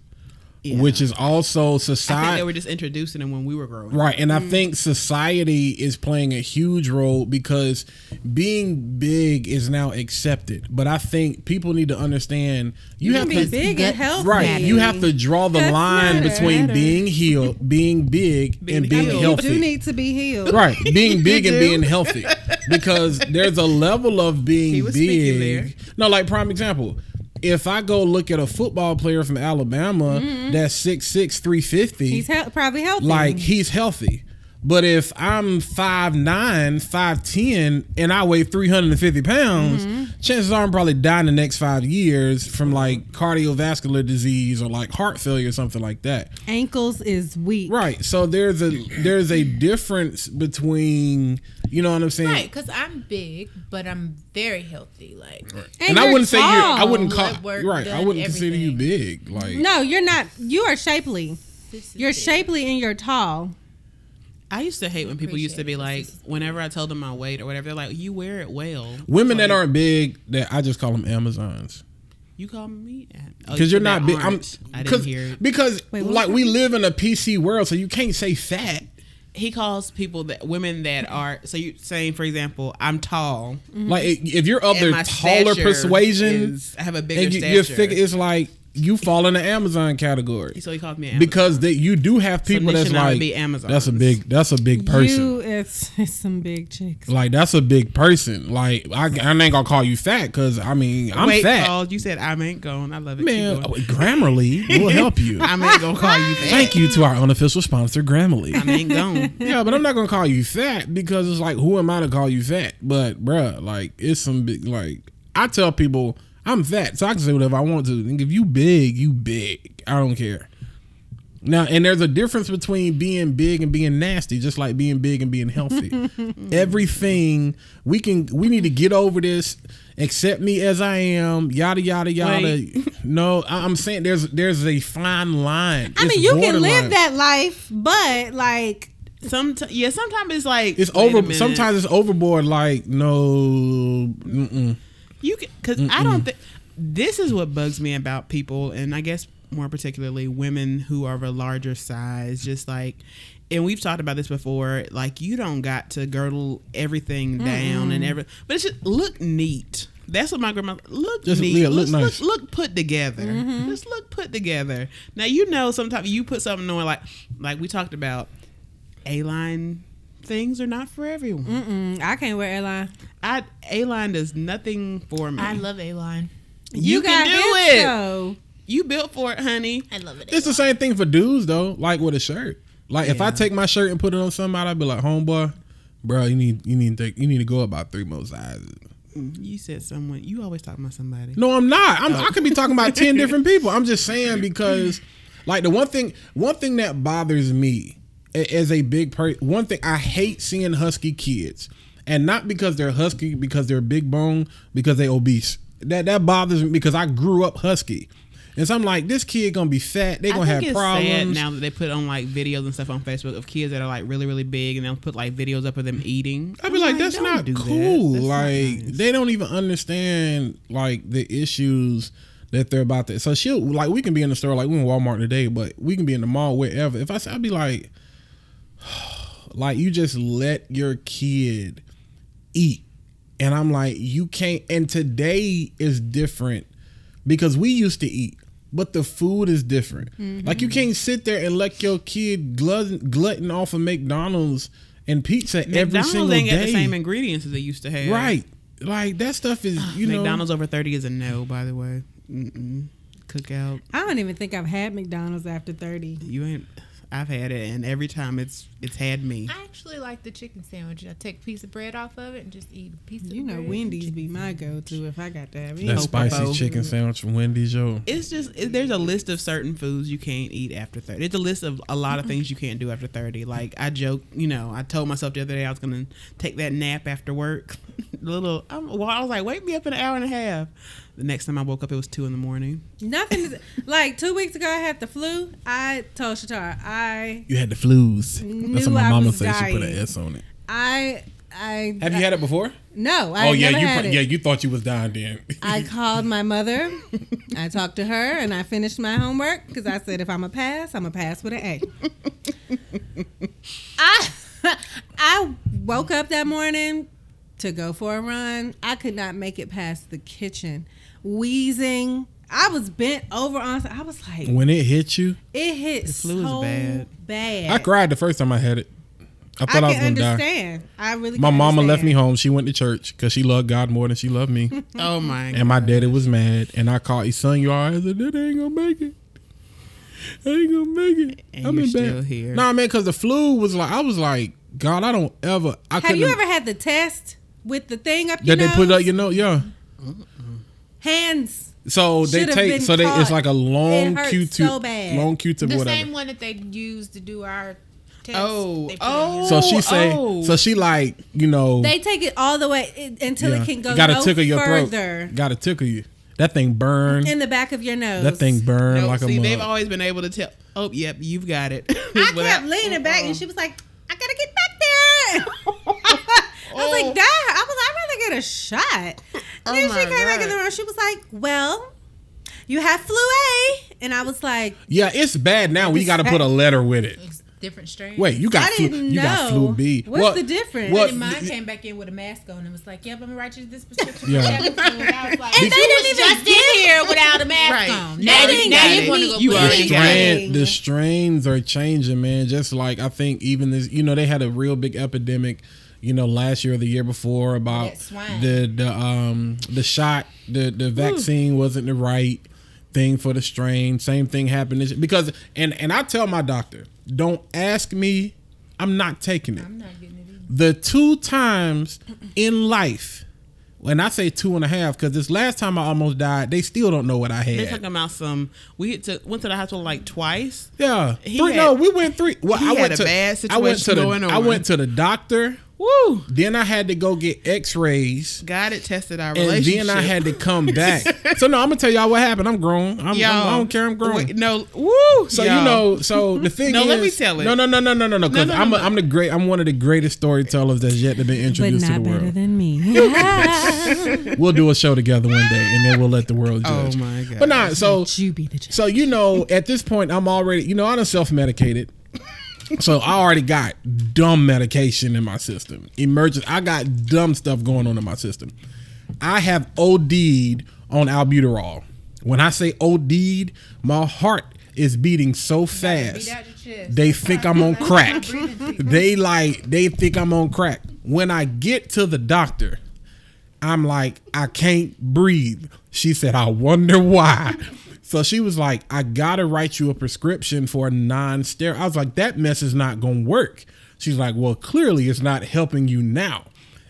Yeah.
which is also
I think they
society.
were just introducing them when we were growing. up.
Right, and
Mm-hmm.
I think society is playing a huge role because being big is now accepted. But I think people need to understand you, have
can be
to
big
that-
and healthy.
Right, you have to draw the
That's
line
matter.
between
Matter.
being healed, being big,
Being
and being
healed.
You
healthy.
do need to be healed.
Right, being big and
do.
being healthy, because there's a level of being
He was speaking
big. No, like prime example. If I go look at a football player from Alabama that's six six three fifty,
He's hel- probably healthy.
like he's healthy. But if I'm 5'9, 5'10, and I weigh 350 pounds, chances are I'm probably dying the next five years from like cardiovascular disease or like heart failure or something like that.
ankles is weak.
Right. So there's a there's a difference between you know what I'm saying?
Right, because I'm big, but I'm very healthy. Like,
And, I wouldn't say you're I
tall.
wouldn't call
Blood work
right. I
done,
wouldn't consider you big. Like
No, you're not. You are shapely.
this is
You're
big.
shapely and you're tall.
I used to hate when people used to be like, whenever I told them my weight or whatever, they're like, "You wear it well."
women that
Like,
aren't big that I just call them Amazons.
you call me oh,
because
you
you're not
said
big.
that
I'm,
aren't. I didn't
cause,
hear it.
because
Wait, what
like
was
we live in a PC world, so you can't say fat.
He calls people that women that are so you saying for example, I'm tall.
Like i- if you're of the
Mm-hmm. my
taller
stature
persuasion,
is- I have a bigger
and you,
stature.
you're thick, it's like you fall in the Amazon category
so he called me an
because that you do have people
Nish
that's
and I would
like
be Amazons.
that's a big that's a big person.
You, it's, [LAUGHS] it's some big chicks.
like that's a big person. Like I, I ain't gonna call you fat because I mean I'm
Wait, oh,
fat,
Paul, you said I ain't going. I love it.
man. oh,
Keep going.
Grammarly will help
[LAUGHS]
you.
I ain't gonna
[LAUGHS]
call you fat.
Thank you to our unofficial sponsor, Grammarly.
I ain't going.
Yeah, but I'm not gonna call you fat because it's like, who am I to call you fat? But bruh, like it's some big like I tell people I'm fat, so I can say whatever I want to. And if you big, you big. I don't care. Now, and there's a difference between being big and being nasty, just like being big and being
[LAUGHS]
healthy. Everything we can, we need to get over this. Accept me as I am. Yada yada yada.
Wait.
No, I- I'm saying there's there's a fine line.
I
It's
mean, you can
borderline.
live that life, but like,
Some yeah, sometimes it's like
It's
wait a
over.
minute.
Sometimes it's overboard. Like no, mm-mm.
You can, because I don't think this is what bugs me about people, and I guess more particularly women who are of a larger size. Just like, and we've talked about this before. Like, you don't got to girdle everything down and every, but it's just look neat. That's what my grandma look
Just,
neat.
yeah, look
Let's
nice. Mm-hmm.
look, put together. Just look put together. Now you know sometimes you put something on like like we talked about a line things are not for everyone.
mm, I can't wear airline.
I a line does nothing for me.
I love A line.
You, can do
this,
it.
though.
You built for it, honey.
I love it.
it's the same thing for dudes though. Like with a shirt. Like if I
Yeah.
take my shirt and put it on somebody, I'd be like, homeboy, bro, you need you need to take, you need to go about three more sizes.
You said someone. You always talking about somebody.
No, I'm not. I'm, I could be talking about
[LAUGHS]
ten different people. I'm just saying because, like the one thing, one thing that bothers me a- as a big person, one thing I hate seeing husky kids, and not because they're husky, because they're big bone, because they obese. That that bothers me because I grew up husky, and so I'm like, this kid gonna be fat. They
I
gonna
think
have
it's sad
problems.
now that they put on like videos and stuff on Facebook of kids that are like really, really big, and they'll put like videos up of them eating.
I'd be like, that's
don't
not
do that.
cool.
That's not
like
nice.
they don't even understand like the issues that they're about to. So she'll like we can be in the store like we in Walmart today, but we can be in the mall wherever. If I say I'd be like, [SIGHS] like you just let your kid eat, and I'm like you can't. And today is different because we used to eat. But the food is different.
Mm-hmm.
Like you can't sit there and let your kid glutton, glutton off of McDonald's and pizza every
McDonald's
single
ain't
day.
got the same ingredients as they used to have.
Right. Like that stuff is
Ah,
you know
McDonald's over thirty is a no. By the way, Mm-mm. cookout.
I don't even think I've had McDonald's after 30.
You ain't. I've had it, and every time it's it's had me.
I actually like the chicken sandwich. I take a piece of bread off of it and just eat a piece of
You know,
bread and
Wendy's
chicken.
be my go to if I got to have
that
it.
That's-
spicy
Popo.
chicken sandwich from Wendy's, yo.
it's just it, there's a list of certain foods you can't eat after 30 it's a list of a lot of things you can't do after 30 like i joke you know i told myself the other day i was gonna take that nap after work [LAUGHS] little i well i was like wake me up in an hour and a half the next time i woke up it was two in the morning
Nothing is like two weeks ago. I had the flu. I told Shatar I
You had the flus.
Knew
That's what my
I
mama
was
said. She put an
dying.
S on it.
I I
Have you had it before?
no. I
oh yeah,
never
you
had
pro-
it.
yeah you thought you was dying then. [LAUGHS]
I called my mother. I talked to her, and I finished my homework because I said if I'm a pass, I'm a pass with an
[LAUGHS]
A. I I woke up that morning to go for a run. I could not make it past the kitchen, wheezing. I was bent over on. I was like,
when it hit you,
it hit
flu is
so
bad.
bad.
I cried the first time I had it. I
I
thought I, was
can
gonna die.
understand. I really.
My
can
mama left me
understand.
home. She went to church because she loved God more than she loved
[LAUGHS]
me.
Oh my.
and my daddy was mad. And I called his son, you all right? I said, that ain't gonna make it. I ain't gonna make it.
And
I'm
you're
in bed.
still here.
Nah, man, because the flu was like, I was like, God, I don't ever. I
Have
couldn't.
you ever had the test with the thing up your
that they
nose?
put up, you know, yeah.
hands.
So they
Should've
take
been
so they it's
caught.
like a long
It hurt
Q tip,
so bad.
long Q tip,
The
whatever.
same one that they used to do our test.
Oh,
they put on
oh.
So
your-
she say,
Oh.
so she like, you know,
They take it all the way i- until
yeah.
it can go
gotta
no
tickle your
further
throat, gotta tickle you. That thing burn,
in the back of your nose.
that thing burn
No,
like
see,
a
they've
mug.
always been able to tell. Oh, yep, you've got it. [LAUGHS]
I kept leaning back, and she was like, "I gotta get back there." [LAUGHS] I was
Oh.
like, "Dad," I was like, "I'd rather get a shot."
Oh
then
my
she came back in the
God.
room. She was like, "Well, you have flu A," and I was like,
yeah, it's bad now. We
It's
gotta
bad.
put a letter with it.
It's different strain.
Wait, you got
I
flu,
didn't
you got
know.
flu B.
What's
What-
the difference?
What,
And mine came back in with a mask on and was like, "Yep, I'm gonna write you this prescription."
Yeah.
For Tamiflu." and I was like,
And they
"You
didn't
was
even
just in here without a mask
Right.
on.
You
Now
already
you,
got
now
it.
you want to go?
You
put
the
it
already
in.
got it.
strain, the strains are changing, man. Just like I think even this, you know, they had a real big epidemic, you know, last year or the year before about
That swine.
the the um the shot, the the vaccine wasn't the right thing for the strain. Same thing happened this, because and and I tell my doctor, don't ask me, I'm not taking it.
I'm not getting it. either.
the two times in life. When I say two and a half, because this last time I almost died, they still don't know what I
They're
had.
talking about some. We had to, went to the hospital like twice.
Yeah,
He
three.
had-
no, we went three. Well,
he
I
had
went
a
to.
bad
I went to
situation
the.
going
I
on.
went to the doctor.
Woo!
Then I had to go get X-rays,
God, it tested our
and
relationship.
then I had to come back.
[LAUGHS]
so no, I'm gonna tell y'all what happened. I'm grown. I'm, I'm,
Y'all,
I don't care. I'm grown.
wait, no, woo!
So
y'all.
you know, so the thing
[LAUGHS] No,
is,
let me tell it.
No, no, no, no, no, no, no. Because
no,
I'm,
no,
a, I'm the great. I'm one of the greatest storytellers that's yet to be
"But
introduced to the
not better
world.
than me." [LAUGHS]
we'll do a show together one day, and then we'll let the world judge.
Oh my God.
But nah, so
you be the judge.
so you know, at this point, I'm already you know I done self medicated, so I already got dumb medication in my system. Emergent, I got dumb stuff going on in my system. I have OD'd on albuterol. When I say OD'd, my heart is beating so
Beat
fast.
out your chest.
They think I'm
[LAUGHS]
on crack. They like they think I'm on crack. When I get to the doctor, I'm like, I can't breathe. She said, I wonder why. So she was like, I gotta write you a prescription for a non-steroid. I was like, that mess is not gonna work. She's like, well, clearly it's not helping you now.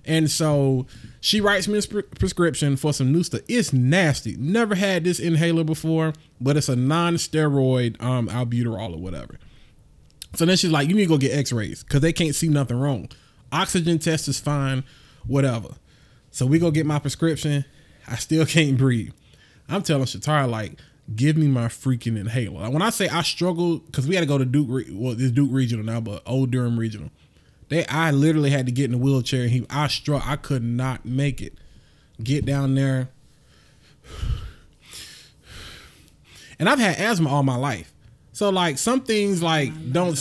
And so she writes me a sp- prescription for some new stuff. It's nasty. Never had this inhaler before, but it's a non-steroid um, albuterol or whatever. So then she's like, you need to go get x-rays because they can't see nothing wrong. Oxygen test is fine, whatever. So we go get my prescription. I still [LAUGHS] can't breathe. I'm telling Shatara, like, give me my freaking inhaler. Like, when I say I struggled, because we had to go to Duke, Re- well, this Duke Regional now, but Old Durham Regional. They, I literally had to get in a wheelchair. And he, I struck, I could not make it. Get down there. And I've had asthma all my life. So like some things like don't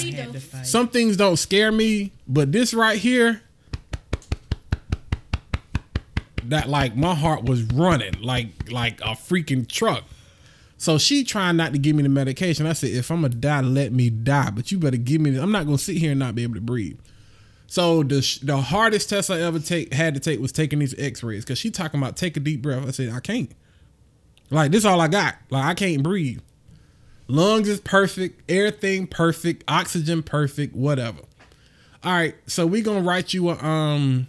some things don't scare me, but this right here, that like my heart was running like like a freaking truck. So she trying not to give me the medication. I said, if I'm gonna die, let me die. But you better give me. The, I'm not gonna sit here and not be able to breathe. So the sh- the hardest test I ever take had to take was taking these X-rays because she talking about take a deep breath. I said I can't. Like this all I got. Like I can't breathe. Lungs is perfect, everything perfect, oxygen perfect, whatever. All right, so we gonna write you a um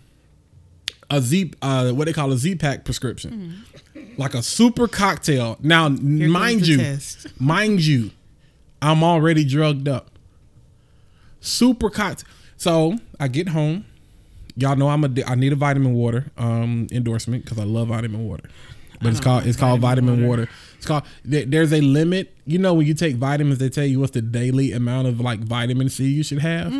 a Z uh what they call a Z pack prescription. Like a super cocktail. Now
Mm-hmm. comes
mind
the
you,
test.
mind you, I'm already drugged up. Super cocktail. So I get home. Y'all know I'm a I need a vitamin water um endorsement because I love vitamin water. But it's called it's called vitamin water. It's called there, there's a limit. You know when you take vitamins, they tell you what's Mm-hmm. the daily amount of like vitamin C you should have.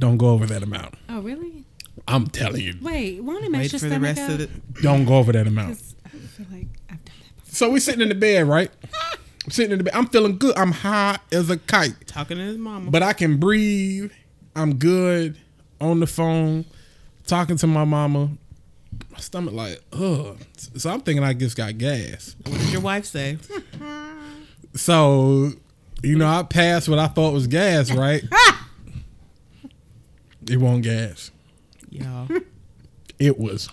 Don't go over that amount.
oh, really?
I'm telling you,
Wait, won't
Wait
it match your
for the
stomach
rest
up?
of the.
don't go over that [LAUGHS] amount.
I feel like I've done that. Before.
So we sitting in the bed, [LAUGHS] right? I'm sitting in the bed. I'm feeling good. I'm high as a kite.
Talking to his mama.
but I can breathe. I'm good on the phone, talking to my mama. My stomach like, ugh. So I'm thinking I just got gas.
what did your
[LAUGHS]
wife say?
So, you know, I passed what I thought was gas,
[LAUGHS]
right? it wasn't gas.
Y'all.
It was.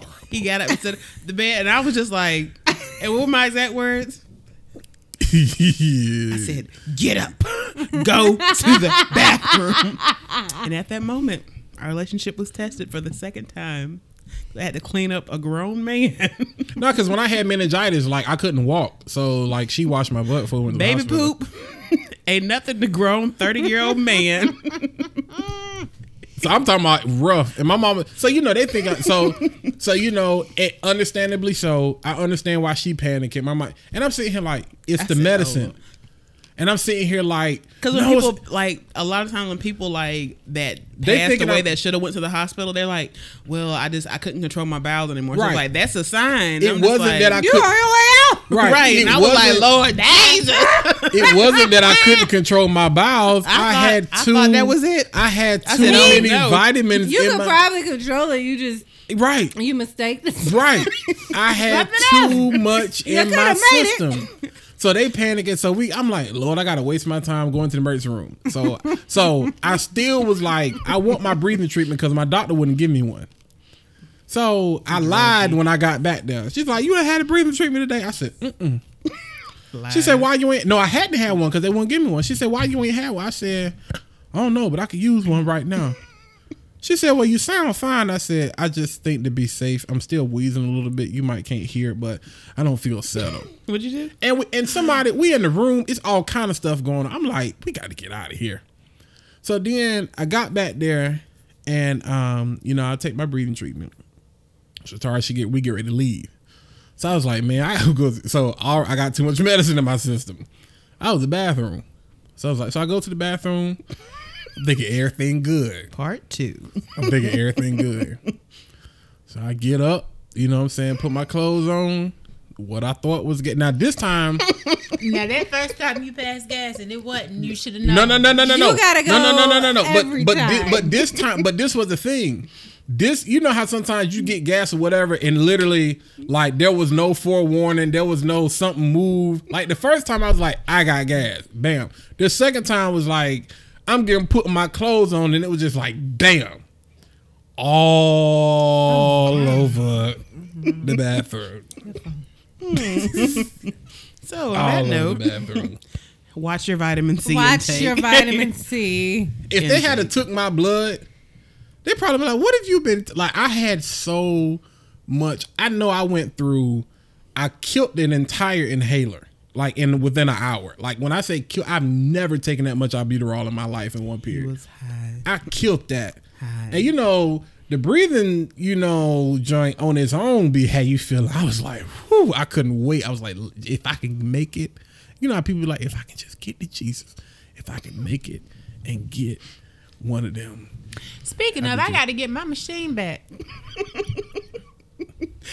[LAUGHS]
He got up and said the bed, and I was just like, and what were my exact words? I said, get up, go to the bathroom. And at that moment, our relationship was tested for the second time. I had to clean up a grown man. [LAUGHS]
no, because when I had meningitis, like I couldn't walk. So like she washed my butt for when the
Baby
hospital.
poop. [LAUGHS] Ain't nothing to grown 30 year old man.
So I'm talking about rough. And my mama, so you know, they think I,
[LAUGHS]
so. So you know, it, understandably so, I understand why she panicking. My mom, and I'm sitting here like it's
I
the
said,
medicine,
"Oh."
and I'm sitting here like
Because when
no, it's-
people like a lot of times when people like that
They
passed
thinking
away
I'm-
that should have went to the hospital, they're like, "Well, I just I couldn't control my bowels anymore." So I was
Right.
like that's a sign.
it
I'm just
wasn't
like,
that I
You're on
could.
your way out.
Right,
right.
It
And I was
wasn't-
like,
[LAUGHS]
"Lord Jesus."
It wasn't that I couldn't control my bowels. I,
[LAUGHS] I
had
thought- I
too.
thought that was it.
I had
I
too
said, "Oh,
many
no."
vitamins.
You
in
could
my,
probably control it. You just
right,
you mistake this.
right. I had
Wrap it
too much
You
in my
coulda made it.
system. So they panicking. So we, I'm like, Lord, I gotta waste my time going to the emergency room.
[LAUGHS]
So, so I still was like, I want my breathing treatment because my doctor wouldn't give me one. So I lied when I got back there. She's like, you done had a breathing treatment today? I said, mm. she said, why you ain't? No, I had to have one because they wouldn't give me one. She said, why you ain't had one? I said, I don't know, but I could use one right now. She said, "Well, you sound fine." I said, "I just think to be safe, I'm still wheezing a little bit. You might can't hear, it, but I don't feel settled."
What'd you do?
and we, and somebody we in the room it's all kind of stuff going on i'm like we got to get out of here so then i got back there and um you know i take my breathing treatment so tara she get we get ready to leave so i was like man i go so all, i got too much [LAUGHS] medicine in my system i was in the bathroom so i was like so i go to the bathroom I'm thinking everything good
Part two.
i'm thinking everything good so i get up you know what i'm saying put my clothes on what i thought was getting now this time
Now that first time you passed gas and it wasn't, you should have known.
No, no, no, no, no,
You
no.
gotta
No, no, no, no, no, no.
go every
But but thi-
time.
but this time, but this was the thing. This you know how sometimes you get gas or whatever, and literally like there was no forewarning, there was no something move. Like the first time I was like, I got gas, bam. The second time was like, I'm getting putting my clothes on, and it was just like, bam, all
Oh,
over the bathroom.
[LAUGHS] So
All
on that
over
note,
the bathroom.
watch your vitamin C.
[LAUGHS] Watch
intake. [LAUGHS]
your vitamin C.
[LAUGHS] if they
Anything.
had a took my blood, they probably be like, "What have you been like?" I had so much. I know I went through. I killed an entire inhaler like in within an hour. Like when I say kill, I've never taken that much albuterol in my life in one
It
period.
was high.
I killed that.
Hot.
And you know, the breathing, you know, joint on its own be how you feel. I was like, whew, I couldn't wait. I was like, if I can make it, you know how people be like, if I can just get to Jesus, if I can make it and get one of them.
Speaking of, I got to get my machine back.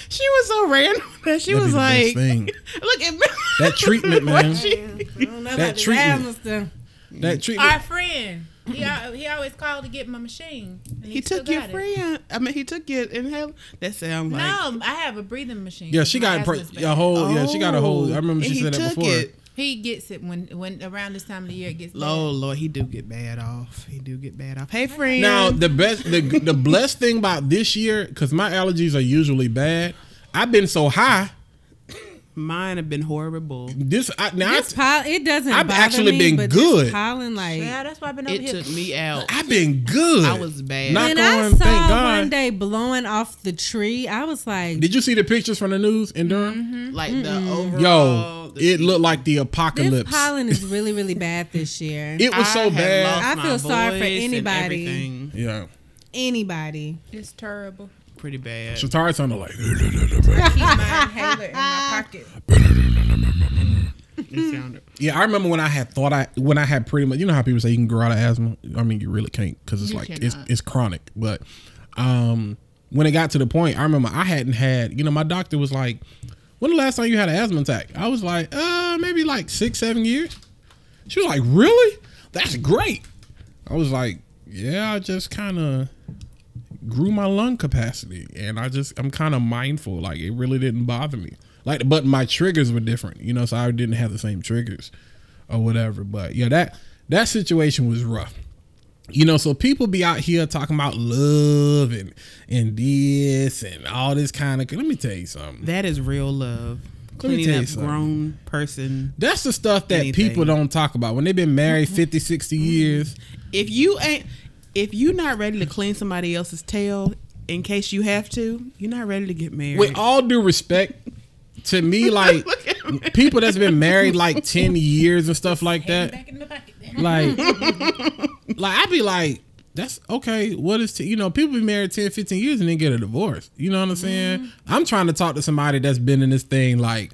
She was so random [LAUGHS] that she
That'd be
was
the best
like,
thing.
[LAUGHS] "Look at
That treatment, man.
I don't know
That
about this
treatment.
Amazon.
That treatment.
Our friend, he al- he always called to get my machine. and
He
still
took your
got it.
friend. I mean, he took your inhaler. That sound like
No, I have a breathing machine.
yeah, she
My
got
husband's
pre-
back.
a whole. Oh, Yeah, she got a whole. I remember
Oh, And
she
he
said that
took
before.
it.
He gets it when when around this time of the year it gets bad.
Oh Lord, he do get bad off. He do get bad off. Hey friend.
Now the best, the the blessed thing about this year, because my allergies are usually bad. I've been so high.
mine have been horrible.
This I, now I,
This pol- it doesn't.
I've
bother
actually
me,
been
but
good.
This pollen, like
Yeah, that's why I've been over
It
here.
took me out.
I've been good.
I was bad.
Knock
when
on,
I
thank
saw
God.
one day blowing off the tree, I was like,
Did you see the pictures from the news in Durham?
Like the overall.
Yo,
Mm-hmm. Oh, the-
it looked like the
"This
apocalypse.
pollen
[LAUGHS]
is really, really bad this year."
It was
I
so
have
bad.
lost
I
my
feel sorry for
voice and
anybody.
everything.
yeah.
Anybody?
[LAUGHS]
It's terrible.
Pretty bad.
Shatara sounded like
Keep my inhaler in my pocket.
[LAUGHS] It sounded.
Yeah, I remember when I had thought I when I had pretty much you know how people say you can grow out of asthma. I mean, you really can't because it's like it's it's chronic. But um, when it got to the point, I remember I hadn't had, you know, my doctor was like, when the last time you had an asthma attack? I was like, uh, maybe like six, seven years. She was like, really? That's great. I was like, yeah, I just kind of grew my lung capacity and I just, I'm kind of mindful. Like, it really didn't bother me. Like, but my triggers were different, you know, so I didn't have the same triggers or whatever. But yeah, that, that situation was rough. You know, so people be out here talking about love and and this and all this kind of. Let me tell you something.
That is real love.
Let me
Cleaning
tell you
up
something.
grown person.
That's the stuff that
Anything.
people don't talk about when they've been married 50, 60 years.
If you ain't, if you not ready to clean somebody else's tail in case you have to, you're not ready to get married.
With all due respect, to
[LAUGHS]
me, like
Look at me.
people that's been married like ten years and stuff like
Hand
that,
it back in the pocket then.
[LAUGHS]
like, like I'd be like, that's okay. What is t-? you know? People be married 10, 15 years and then get a divorce. You know what I'm
Mm-hmm.
saying? I'm trying to talk to somebody that's been in this thing like,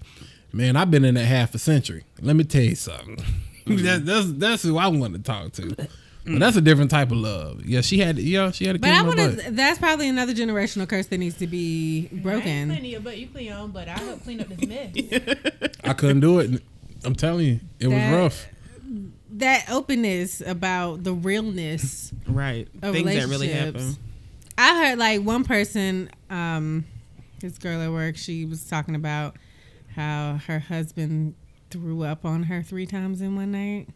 man, I've been in it half a century. Let me tell you something.
Mm-hmm.
[LAUGHS] that, that's that's who I want to talk
Mm.
to. But that's a different type of love. Yeah, she had. Yeah, she had a.
But I
want
[LAUGHS]
want to. That's probably another generational curse that needs to be
I ain't
broken.
cleaning your butt. You clean your own butt. I help clean up this
[LAUGHS]
mess.
I couldn't do it. I'm telling you, it
That-
was rough.
That openness about the realness.
[LAUGHS] right
Of
things that really happen.
relationships. I heard like one person, um, this girl at work, she was talking about how her husband threw up on her three times in one night.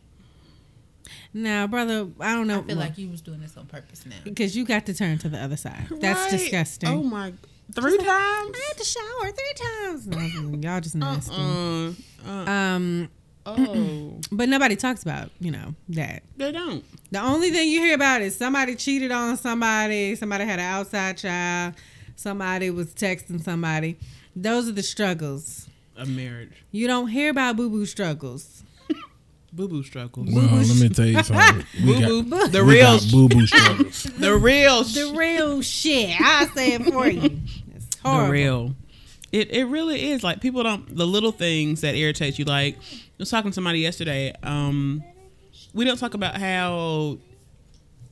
Now, brother, I don't know.
I feel like you was doing this on purpose now.
because you got to turn to the other side. That's
Right?
disgusting.
Oh my, three times.
I had to shower three times. Y'all just nasty.
Uh, uh,
Um,
oh,
but nobody talks about you know that.
they don't.
The only thing you hear about is somebody cheated on somebody, somebody had an outside child, somebody was texting somebody. Those are the struggles.
A marriage,
You don't hear about boo boo struggles.
boo boo struggles.
Well, let me tell Mm-hmm.
[LAUGHS]
you something. We
Boo
got,
boo, the
we
real,
got boo boo struggles.
the real, sh-
The real shit. I say it for you. It's
the
horrible.
real. It it really is like people don't the little things that irritate you. Like I was talking to somebody yesterday. Um, we don't talk about how.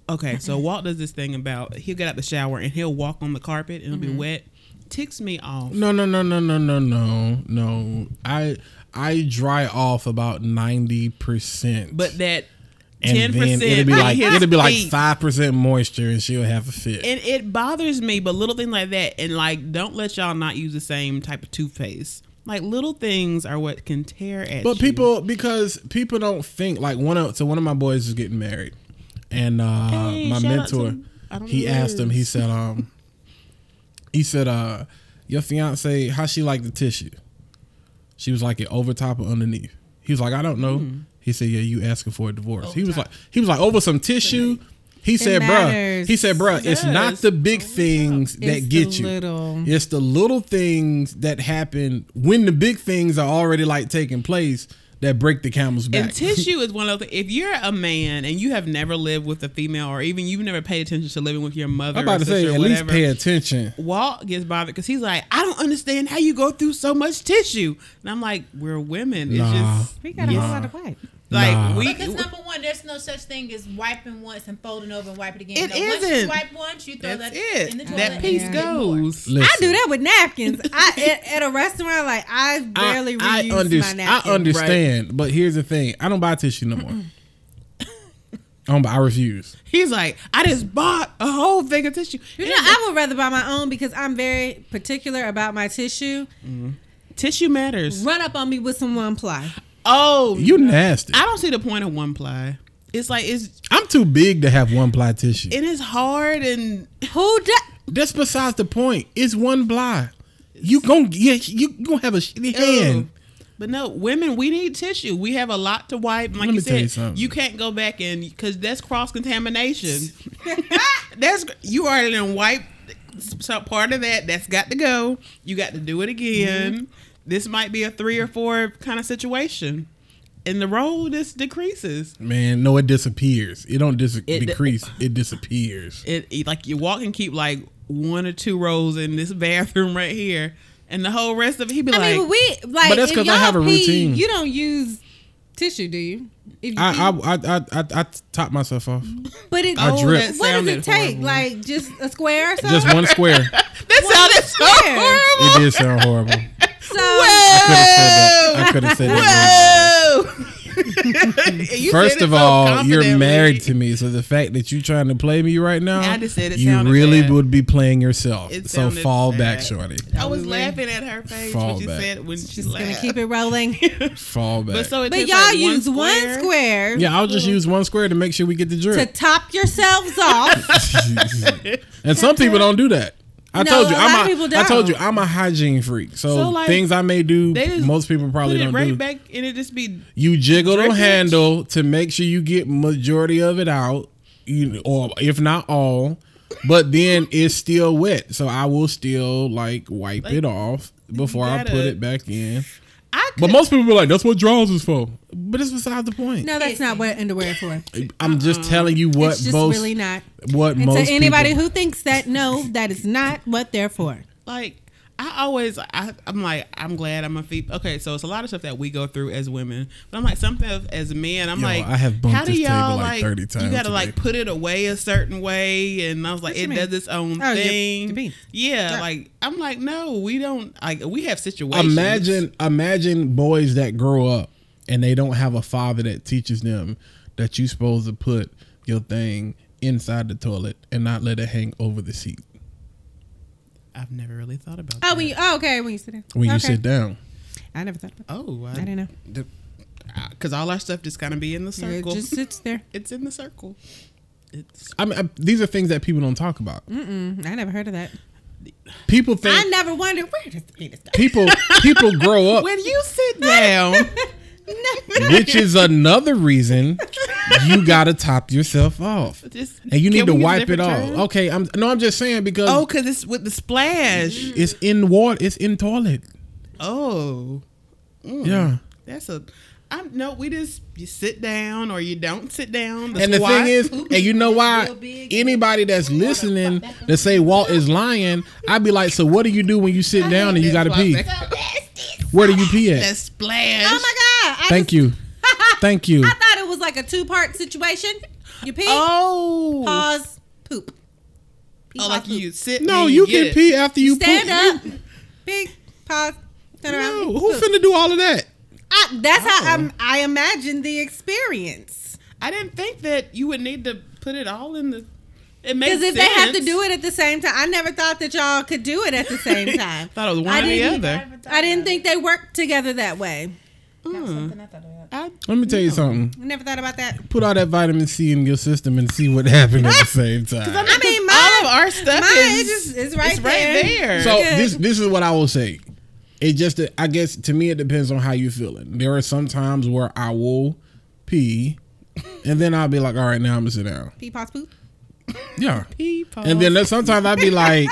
Okay, so Walt does this thing about he'll get out the shower and he'll walk on the carpet and it'll be wet. Ticks me off.
no, no, no, no, no, no, no, no. I I dry off about ninety percent,
But that ten
and then
percent
it'll be like it'll be like five percent moisture, and she'll have a fit.
and it bothers me but little things like that and like don't let y'all not use the same type of toothpaste like little things are what can tear at
But
you.
people because people don't think like one of so one of my boys is getting married, and uh,
Hey,
my
shout out to-
mentor
I don't
he
know who it
asked him.
is.
He said, um, he said, uh, your fiance how she like the tissue? She was like it over top or underneath. He was like, I don't know.
Hmm.
He said, yeah, you asking for a divorce? he was like, he was like over some tissue. He said, bruh,
matters.
he said, bruh, it's not
Yes.
the big things that
It's
get
the
you.
little-
It's the little things that happen when the big things are already like taking place that break the camel's back. [LAUGHS]
and tissue is one of the if you're a man and you have never lived with a female or even you've never paid attention to living with your mother
I'm about
or
to
sister
say,
or
at least
whatever
pay attention.
Walt gets bothered because he's like, I don't understand how you go through so much tissue, and I'm like, we're women. It's
Nah.
just
We got a whole lot of wipe.
like
Nah.
we.
Because number one, there's no such thing as wiping once and folding over and wiping again.
It
no, Once you
isn't.
wipe once, you throw
That's
that in the
it.
toilet.
That piece
Yeah.
goes.
I do
Listen.
that with napkins. I [LAUGHS] at, at a restaurant, like I barely reuse
under-
my napkins.
I understand, but here's the thing: I don't buy tissue no more. I don't buy. I refuse.
He's like, I just bought a whole thing of tissue.
You know, I would rather buy my own because I'm very particular about my tissue.
tissue matters.
Run up on me with some one ply.
Oh,
You nasty.
I don't see the point of one ply. It's like it's
I'm too big to have one ply tissue.
it is hard and
Who do?
That's besides the point. It's one ply. You gon' yeah, you gonna have a shitty hand.
Ew. But no, women, we need tissue. We have a lot to wipe. And Like
Let me
you
tell you
said,
something.
you, can't go back and because that's cross contamination. [LAUGHS] that's you already done wiped so part of that. That's got to go. You got to do it again.
Mm-hmm.
This might be a three or four kind of situation, and the roll just decreases.
Man, no, it disappears. It don't dis-
It-
decrease. It disappears.
it it- like you walk and keep like one or two rows in this [LAUGHS] bathroom right here, and the whole rest of it, he'd be
I
like,
mean, we like.
But that's
if
'cause I
y'all
have a
pee,
routine.
You don't use tissue, do you? If you
I,
Mm-hmm.
eat-
I, I, I, I, I top myself off.
but it,
I drip.
that
what does
sounded
it take?
horrible.
Like just a square or something?
Just one
[LAUGHS]
square.
That sounded so
[LAUGHS] square.
horrible.
It did sound horrible. I
so,
could have said that. I could have said that.
[LAUGHS] And you
wrong. First
said it
of
so
all, you're
confidently.
married to me, so the fact that you trying to play me right now,
I just said it
you
sounded
really
bad.
would be playing yourself.
It
So
sounded
fall back,
bad.
shorty.
I was laughing at her face
Fall
when she
back.
said when she
just gonna
laughed.
keep it [LAUGHS] rolling.
Fall back.
But so Mm-hmm. it
But
takes,
y'all
like,
use one square,
yeah, I'll just use one square to make sure we get the
to
drip.
top yourselves [LAUGHS] off.
and some people don't do that. I
No,
told you,
a lot of
I'm
people
a, I told you,
don't.
I'm a hygiene freak. So,
So, like,
things I may do,
they just
most people probably
Put it
don't
right
do.
back, and it just be
You jiggle the
Drip it.
handle to make sure you get majority of it out, you or if not all, but then it's still wet. So I will still like wipe it off before I
gotta-
put it back in.
I
But most people are like, "That's what drawers is for." But it's beside the point.
No, that's not what underwear is for.
I'm just telling you what
It's just
most
really not.
what
And
most
to anybody
people,
who thinks that, no, that is not what they're for.
like I always I, I'm like I'm glad I'm a feet. Okay, so it's a lot of stuff that we go through as women, but I'm like something of- as men. I'm
Yo,
like
I have bumped
how do
this table,
y'all
like,
like
30 times
you gotta
today.
like put it away a certain way, and I was like
you
it
mean?
does its own
Oh, your-
thing.
your beans.
yeah,
Yeah.
like I'm like no, we don't like we have situations.
imagine imagine boys that grow up and they don't have a father that teaches them that you supposed to put your thing inside the toilet and not let it hang over the seat
I've never really thought about.
Oh,
that.
when you, oh, okay, when you sit down.
when you
Okay.
sit down.
I never thought about
oh,
that. I don't know.
because all our stuff just kind of be in the
It
circle.
just sits there.
[LAUGHS] it's in the circle. It's
I mean, I, these are things that people don't talk about.
Mm, I never heard of that.
People think
I never wondered where does the penis go?
people people
[LAUGHS]
grow up,
when you
[LAUGHS]
sit down.
which is another reason you gotta top yourself off.
[LAUGHS] just-
And you need
can
to
we use a
wipe it
different
off.
term?
Okay, I'm no, I'm just saying because
Oh, because it's with the splash.
it's in water, it's in toilet.
Oh, Mm.
Yeah.
That's a. I'm no. We just you sit down or you don't sit down.
and the
squat.
thing is, and you know why anybody that's listening that say Walt is lying, I'd be like, so what do you do when you sit down and you gotta
That's
pee?
why I said
Where do you pee
That
at?
splash.
Oh my god! I
Thank
just- [LAUGHS]
you, thank you.
I thought it was like a two-part situation. You pee,
Oh.
pause, poop. Pee,
Oh,
pause,
like
poop.
you sit.
No,
and
you
get
can
it.
pee after you
stand
poop.
up, pee, pause, turn around.
No, who finna do all of that?
I, that's how I'm, I imagine the experience.
I didn't think that you would need to put it all in the. It makes
Because
sense.
if they have to do it at the same time, I never thought that y'all could do it at
[LAUGHS]
the same time.
thought it was one
I
or the
didn't-
other.
I didn't think they worked together that way.
Mm.
something I thought about.
I,
Let me tell you something.
I never thought about that.
Put all that vitamin C in your system and see what [LAUGHS] happened at the same time.
I mean,
all
my,
of our stuff
mine
is
just is right
it's
there.
So
Good.
this this is what I will say. It just I guess to me it depends on how you feeling. There are some times where I will pee, and then I'll be like, all right, now I'm gonna sit down.
pee, pause, poop.
Yeah.
People.
And then there's sometimes I'd be
[LAUGHS]
like,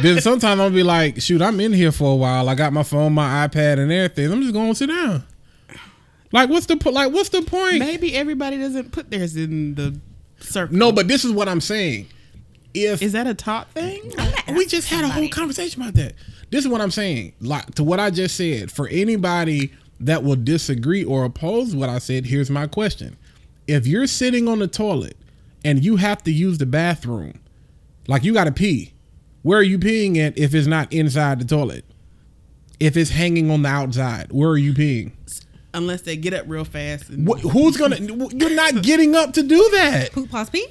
then sometimes I'll be like, shoot, I'm in here for a while. I got my phone, my iPad, and everything. I'm just going to sit down. Like, what's the po- like? What's the point?
maybe everybody doesn't put theirs in the circle.
No, but this is what I'm saying. If
Is that a top thing?
we just had a whole conversation about that. This is what I'm saying. Like to what I just said. For anybody that will disagree or oppose what I said, here's my question: If you're sitting on the toilet and you have to use the bathroom, like you got to pee, where are you peeing at if it's not inside the toilet? If it's hanging on the outside, where are you peeing?
Unless they get up real fast. And
What, who's gonna? You're not getting up to do that.
Poop, pause, pee.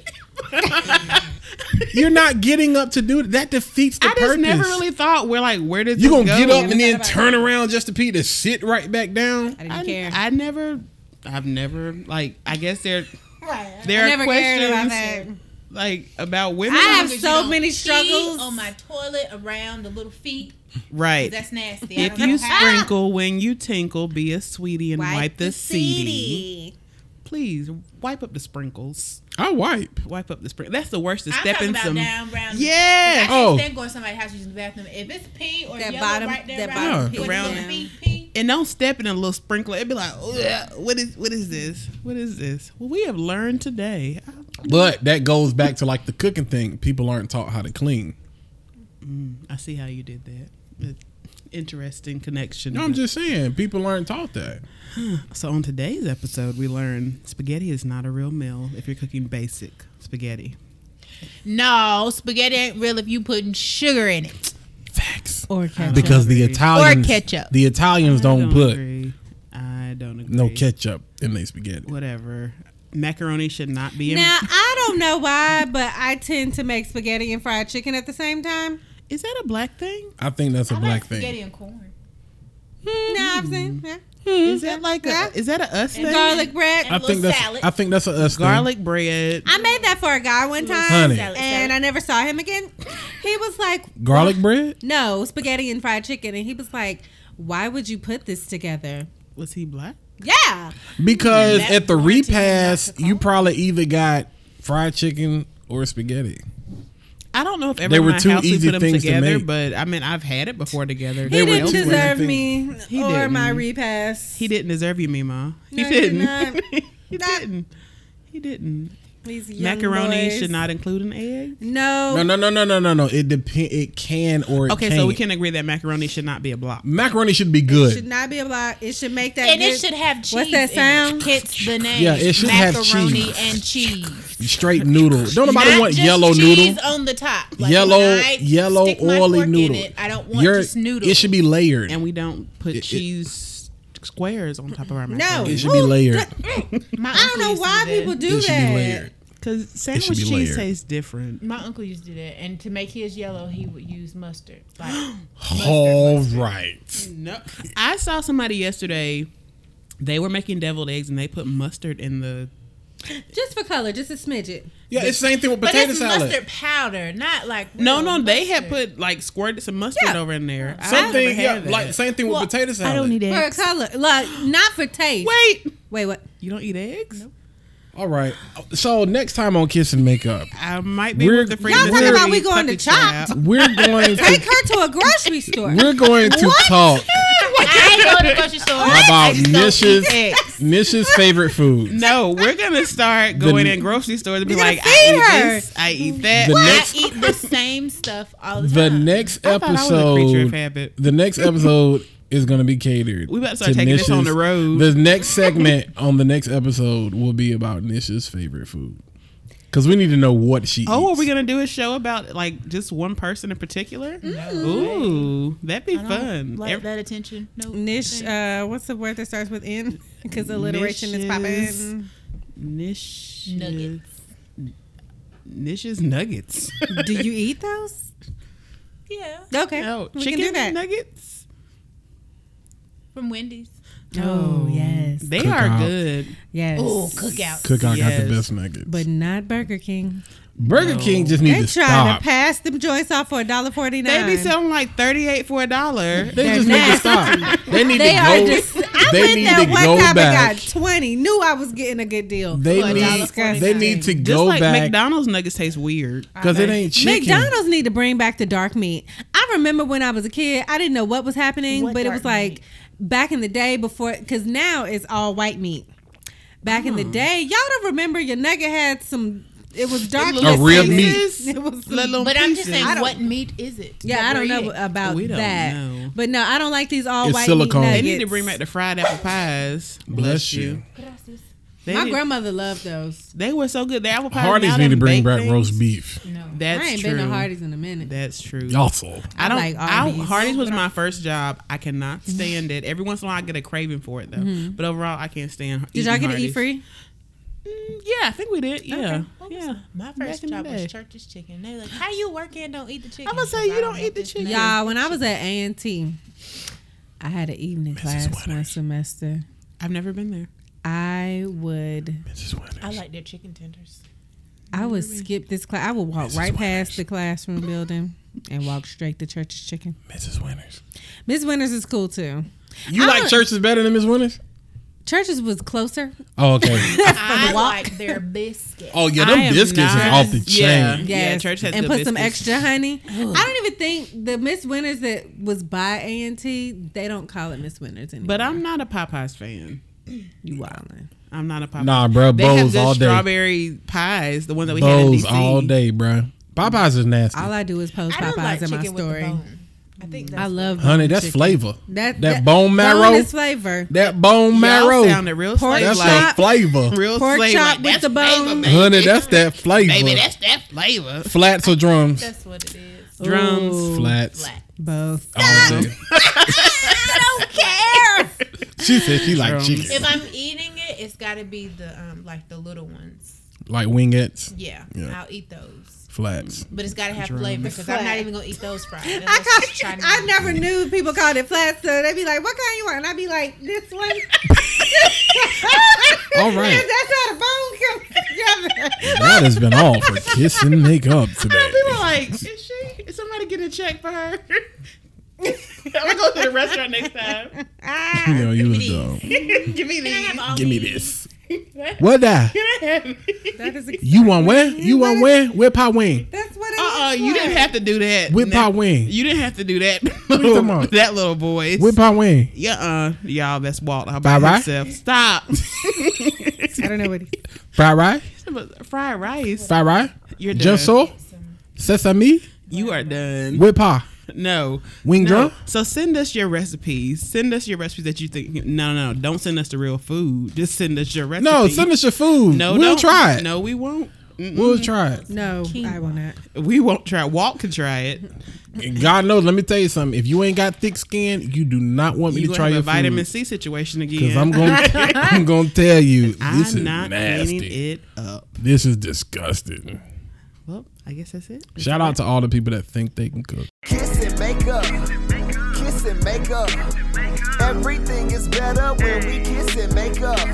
You're not getting up to do that. That defeats the
I just
purpose.
never really thought we're like, where does
You gonna
this go?
get up
Yeah,
and then
that's
turn around just to pee to sit right back down?
I didn't
I,
care.
I never, I've never like. I guess there,
I
there are
never
questions
cared about that.
like about women.
I
As long
have
as you
so
don't
many
pee
struggles.
on my toilet around the little feet.
right.
That's nasty. I
If
don't
you
know how-
sprinkle when you tinkle, be a sweetie and wipe, the, CD. Please wipe up the sprinkles.
I wipe.
Wipe up the sprinkles. That's the worst. To
I'm
step
talking
in
about
some.
down brown. I
Yeah.
can't
Oh.
stand going to somebody's house using the bathroom. If it's pee or
That
yellow
bottom-
right there,
that
right
bottom
between
pee,
the
yeah.
feet pee.
and don't step in a little sprinkler. It'd be like, "Ugh, what is what is this? What is this? Well, we have learned today.
But that goes back to like the cooking thing. People aren't taught how to clean.
I, I see how you did that. But interesting connection.
No, I'm just saying, people aren't taught that.
so on today's episode, we learn spaghetti is not a real meal if you're cooking basic spaghetti.
No, spaghetti ain't real if you putting sugar in it
Facts.
Or ketchup.
Because the
agree.
Italians,
Or ketchup.
the Italians don't,
I
put
Agree. I don't agree.
no ketchup in their spaghetti.
Whatever. Macaroni should not be in.
Now I don't know why, but I tend to make spaghetti and fried chicken at the same time.
is that a black thing?
I think that's a
I like
black
spaghetti
thing.
and corn.
Hmm.
No, I've seen yeah.
Is that like
Mm-hmm. Yeah.
a? Is that a us thing?
garlic bread.
I
A
think
little
that's
salad.
I think that's a us thing.
Garlic bread.
I made that for a guy one time,
Honey.
Salad,
and
salad.
I never saw him again. He was like,
Garlic bread?
"No spaghetti and fried chicken," and he was like, "Why would you put this together?"
Was he black?
Yeah,
Because
That
at the
quarantine is not
repast,
to
you probably either got fried chicken or spaghetti.
I don't know if ever
They
in
were
my
two
house we
easy
put them
things to
together,
make.
but I mean I've had it before together.
he didn't
two ways.
deserve me
He
or my
didn't.
repass.
He didn't deserve you, Mima. He
No, he did
didn't.
not.
[LAUGHS] he
That-
didn't. He didn't.
These young
Macaroni
boys.
should not include an egg.
No,
No, no, no, no, no, no, no. It depend. It can or it
Okay,
can't.
so we can agree that macaroni should not be a block.
Macaroni should be
should
good.
not be allowed. It should make that.
And it
good-
should have cheese.
What's that
in it.
sound?
Hence the name.
Yeah, it should have
Macaroni
cheese.
and cheese.
Straight noodle.
[LAUGHS]
Don't nobody
Not
want
just
yellow
cheese
noodle.
on the top.
yellow,
when I
yellow,
stick my
oily
fork in
noodle.
it, I don't want
Your-
just noodle.
It should be layered.
And we don't put
It- it-
cheese squares on top of our
No,
macaroni.
It should be layered. [LAUGHS]
My
I don't
uncle
know
used to
why
do that.
people do
it should
that.
be layered.
Because
should
sandwich
be
cheese
layered.
tastes different.
My uncle used to do that, and to make his yellow, he would
[GASPS]
use mustard. Like,
All right.
Mm.
No. I saw somebody yesterday. They were making deviled eggs and they put mustard in the
Just for color, just a smidget.
Yeah, it's same thing with
but
potato
it's
salad.
mustard powder, not like
No,
real
no, they had
mustard.
put like squirted some mustard
Yeah.
over in there. I
Same
never
thing, yeah,
had that.
like same thing
Well,
with potato salad.
I don't need
For
eggs.
color, like not for taste.
Wait,
wait, what?
you don't eat eggs?
All right. So next time on Kiss and Makeup,
I might be
We're-
with the friend.
Y'all
that's
talking
already
about we going to
cooking shit
Chopped?
out.
[LAUGHS]
we're going
Take
to
her to a grocery store.
we're going to
What?
talk
I ain't go to the grocery store. I
about
just don't
Nisha's
eat eggs.
Nisha's favorite food.
No, we're gonna start going in grocery stores and be
You're gonna
like,
feed
I eat
her.
this, I eat that.
The
I
next-
eat the same stuff all the,
The
time.
next
I thought I was a creature of
episode,
habit.
the next episode is going to be catered.
We about to start taking this on the road.
The next segment on the next episode will be about Nisha's favorite food because we need to know what she.
Oh, are
eats.
we gonna do a show about like just one person in particular?
Mm.
Ooh, that'd be fun.
like
Every-
that attention. No,
Nish, uh, what's the word that starts with N? [LAUGHS] Because alliteration is popping.
Nishes. Nish
Nuggets.
Nish's
[LAUGHS]
nuggets. [LAUGHS]
Do you eat those?
yeah,
Okay,
No,
we
chicken
can do that.
nuggets.
from Wendy's.
Oh yes,
They
Cook
are
out.
good.
yes.
Oh, cookout.
Cookout got
Yes.
the best nuggets.
But not Burger King.
Burger King just
They
need
trying
to stop.
to pass them joints off for a dollar forty
They
nine.
be selling like thirty eight for a
[LAUGHS]
dollar.
they
They're
just need to stop. They need
They
to
are
go. [LAUGHS]
just. I
they
went
need
there
to
one
go
time
back.
and got twenty. Knew I was getting a good deal.
They
For a dollar
need.
forty
They
nine.
need to
Just
go
like
back
McDonald's nuggets taste weird.
because it ain't chicken.
McDonald's need to bring back the dark meat. I remember when I was a kid, I didn't know what was happening,
What
but it
dark
was like
meat?
back in the day before, because now it's all white meat. Back
Mm.
in the day, y'all don't remember your nugget had some. It was dark.
A
meat
real
in it.
meat.
[LAUGHS] It was-
Little
But I'm just
pieces.
saying,
I don't-
what meat is it?
Yeah, I
that
don't
we're
know
eating?
about
We don't
that.
know.
But no, I don't like these all
It's
white
silicone.
meat
They
They
nuggets.
need to bring back the fried apple pies. Bless,
Bless
you.
you.
They,
My
did-
grandmother loved those.
they were so good. The apple pies.
Hardee's
now
need to
them
bring
baked
back
things.
roast beef.
No.
That's
I ain't
true.
been to Hardee's in a minute.
That's true.
Also,
I Mm-hmm. don't.
like
I,
Arby's.
Hardee's was my first job. I cannot stand it. Every once in a while, I get a craving for it though. But overall, I can't stand.
Did
eating
y'all get to
Hardee's.
eat free?
Mm, yeah, I think we did. Yeah,
What was
yeah.
it? My
Back
first
in the
job was
day.
church's chicken. They like, how you work and don't eat the chicken?
I'ma say
Because
you
I
don't eat
want
the
this
chicken.
nugget.
Y'all, when I was at A and T, I had an evening class one
Waters.
semester.
I've never been there.
I would
Mrs. Winters.
I like their chicken tenders.
I would skip this class. I would walk
Mrs.
right
Winters.
past the classroom building and walk straight to church's chicken.
Mrs. Winters.
Miss Winters is cool too.
You
I
like
don't-
churches better than Miss Winters?
Church's was closer.
Oh, okay.
I
walk.
like their biscuit.
Oh yeah,
I
them
am
biscuits is
not-
off the
Yeah.
chain.
Yes.
church has
and
good
put some
biscuits.
extra honey. I don't even think the Miss Winters that was by A and T. They don't call it Miss Winters anymore.
But I'm not a Popeyes fan.
you wildin'.
I'm not a Popeyes.
Nah, bro,
they have
Bose
good
all day.
strawberry pies. The one that we had in
Bose
DC.
all day, bro. Popeyes is nasty.
All I do is post
I don't
Popeyes
like
in my
chicken with the
story. Mm.
bone. I think that's
I love
honey.
bone
That's
chicken.
flavor.
That,
that bone marrow.
is flavor.
That bone
Y'all
marrow.
sounded real
Pork
slave
That's
like.
that flavor,
Real
Pork
slave
chop
like.
with
That's
the
flavor,
bone.
baby.
honey. That's that flavor.
Baby, that's that flavor.
flats or drums.
that's what it is.
Drums.
Ooh,
Flats.
Black.
Both.
all day.
I don't care.
She said she like
Drums.
chicken,
if I'm eating it, it's got to be the um like the little ones.
like wingettes,
Yeah,
Yeah.
I'll eat those,
flats.
but it's got to have flavor because I'm not
Flat.
even gonna eat those fried.
I
That's just
call,
Chinese.
I never knew people called it flat, so they'd be like, "What kind you want?" And I'd be like, "This one."
[LAUGHS]
All right.
that's how the bone comes
[LAUGHS]
together.
That has been all for kissing makeup today.
We were like, is she? Is somebody getting a check for her? [LAUGHS] I'm gonna go to the restaurant next time.
Ah,
You know, you
Please.
look dumb.
Give me
Can I
these.
have all
Give me
these?
[LAUGHS]
this. What that?
that is.
You want where? You want where? Whip hot wing.
That's what. It
Uh uh
looks
you didn't
like.
have to do that.
Whip
Now-
hot wing.
You didn't have to do that. [LAUGHS]
you talking about?
that little boy.
Whip hot wing.
Yeah, uh, y'all, that's Walt all by
Bye-bye.
himself.
[LAUGHS]
Stop. [LAUGHS]
I don't know what he.
Fried rice.
Fried rice.
Fried rice.
You're done.
Just so.
Some-
Sesame.
You are done.
Whip hot.
No.
Wing
no.
drum?
So send us your recipes. Send us your recipes that you think. No, no, no. Don't send us the real food. Just send us your recipe.
No, send us your food.
No,
No, we'll
don't.
try it.
No, we won't. Mm-mm.
We'll try it.
No, I will not.
We won't try. it. Walt can try it.
God knows. Let me tell you something. If you ain't got thick skin, you do not want me
You
to
gonna
try
have
your
a vitamin
food.
C situation
Because
again.
I'm going,
[LAUGHS]
I'm going to tell you, this is
I'm not cleaning
nasty.
it up.
This is disgusting.
Well, I guess that's it.
Shout out to all the people that think they can cook.
Kiss and make up. Kiss and make up. Everything is better when we kiss and make up.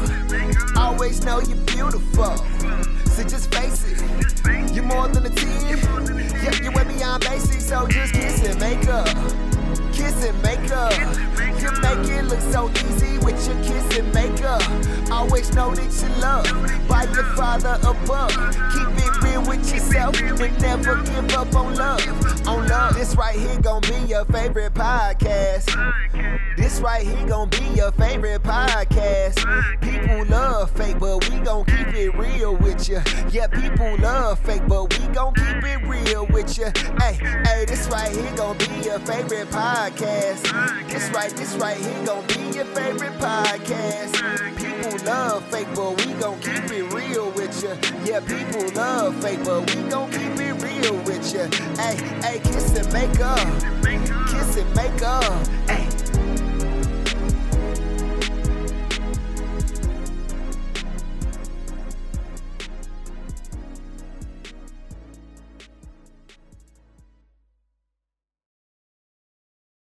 Always know you're beautiful. So just face it. You're more than a 10. Yep, you went beyond basic, so just kiss and make up. Kiss and make up. You make it look so easy with your kiss and make up. Always know that you love by your father above. Keep it real with yourself and never give up on love. On love, this right here gonna be your favorite podcast. This right here gonna be your favorite podcast. People love fake, but we gon' keep it real with you. Yeah, people love fake, but we gon' keep it real with you. Hey, hey, this right here gon' be your favorite podcast. This right, this right here gon' be your favorite podcast. People love fake, but we gon' keep it real with you. Yeah, people love fake, but we gon' keep it real with you. Hey, hey, kiss and make up, kiss and make up.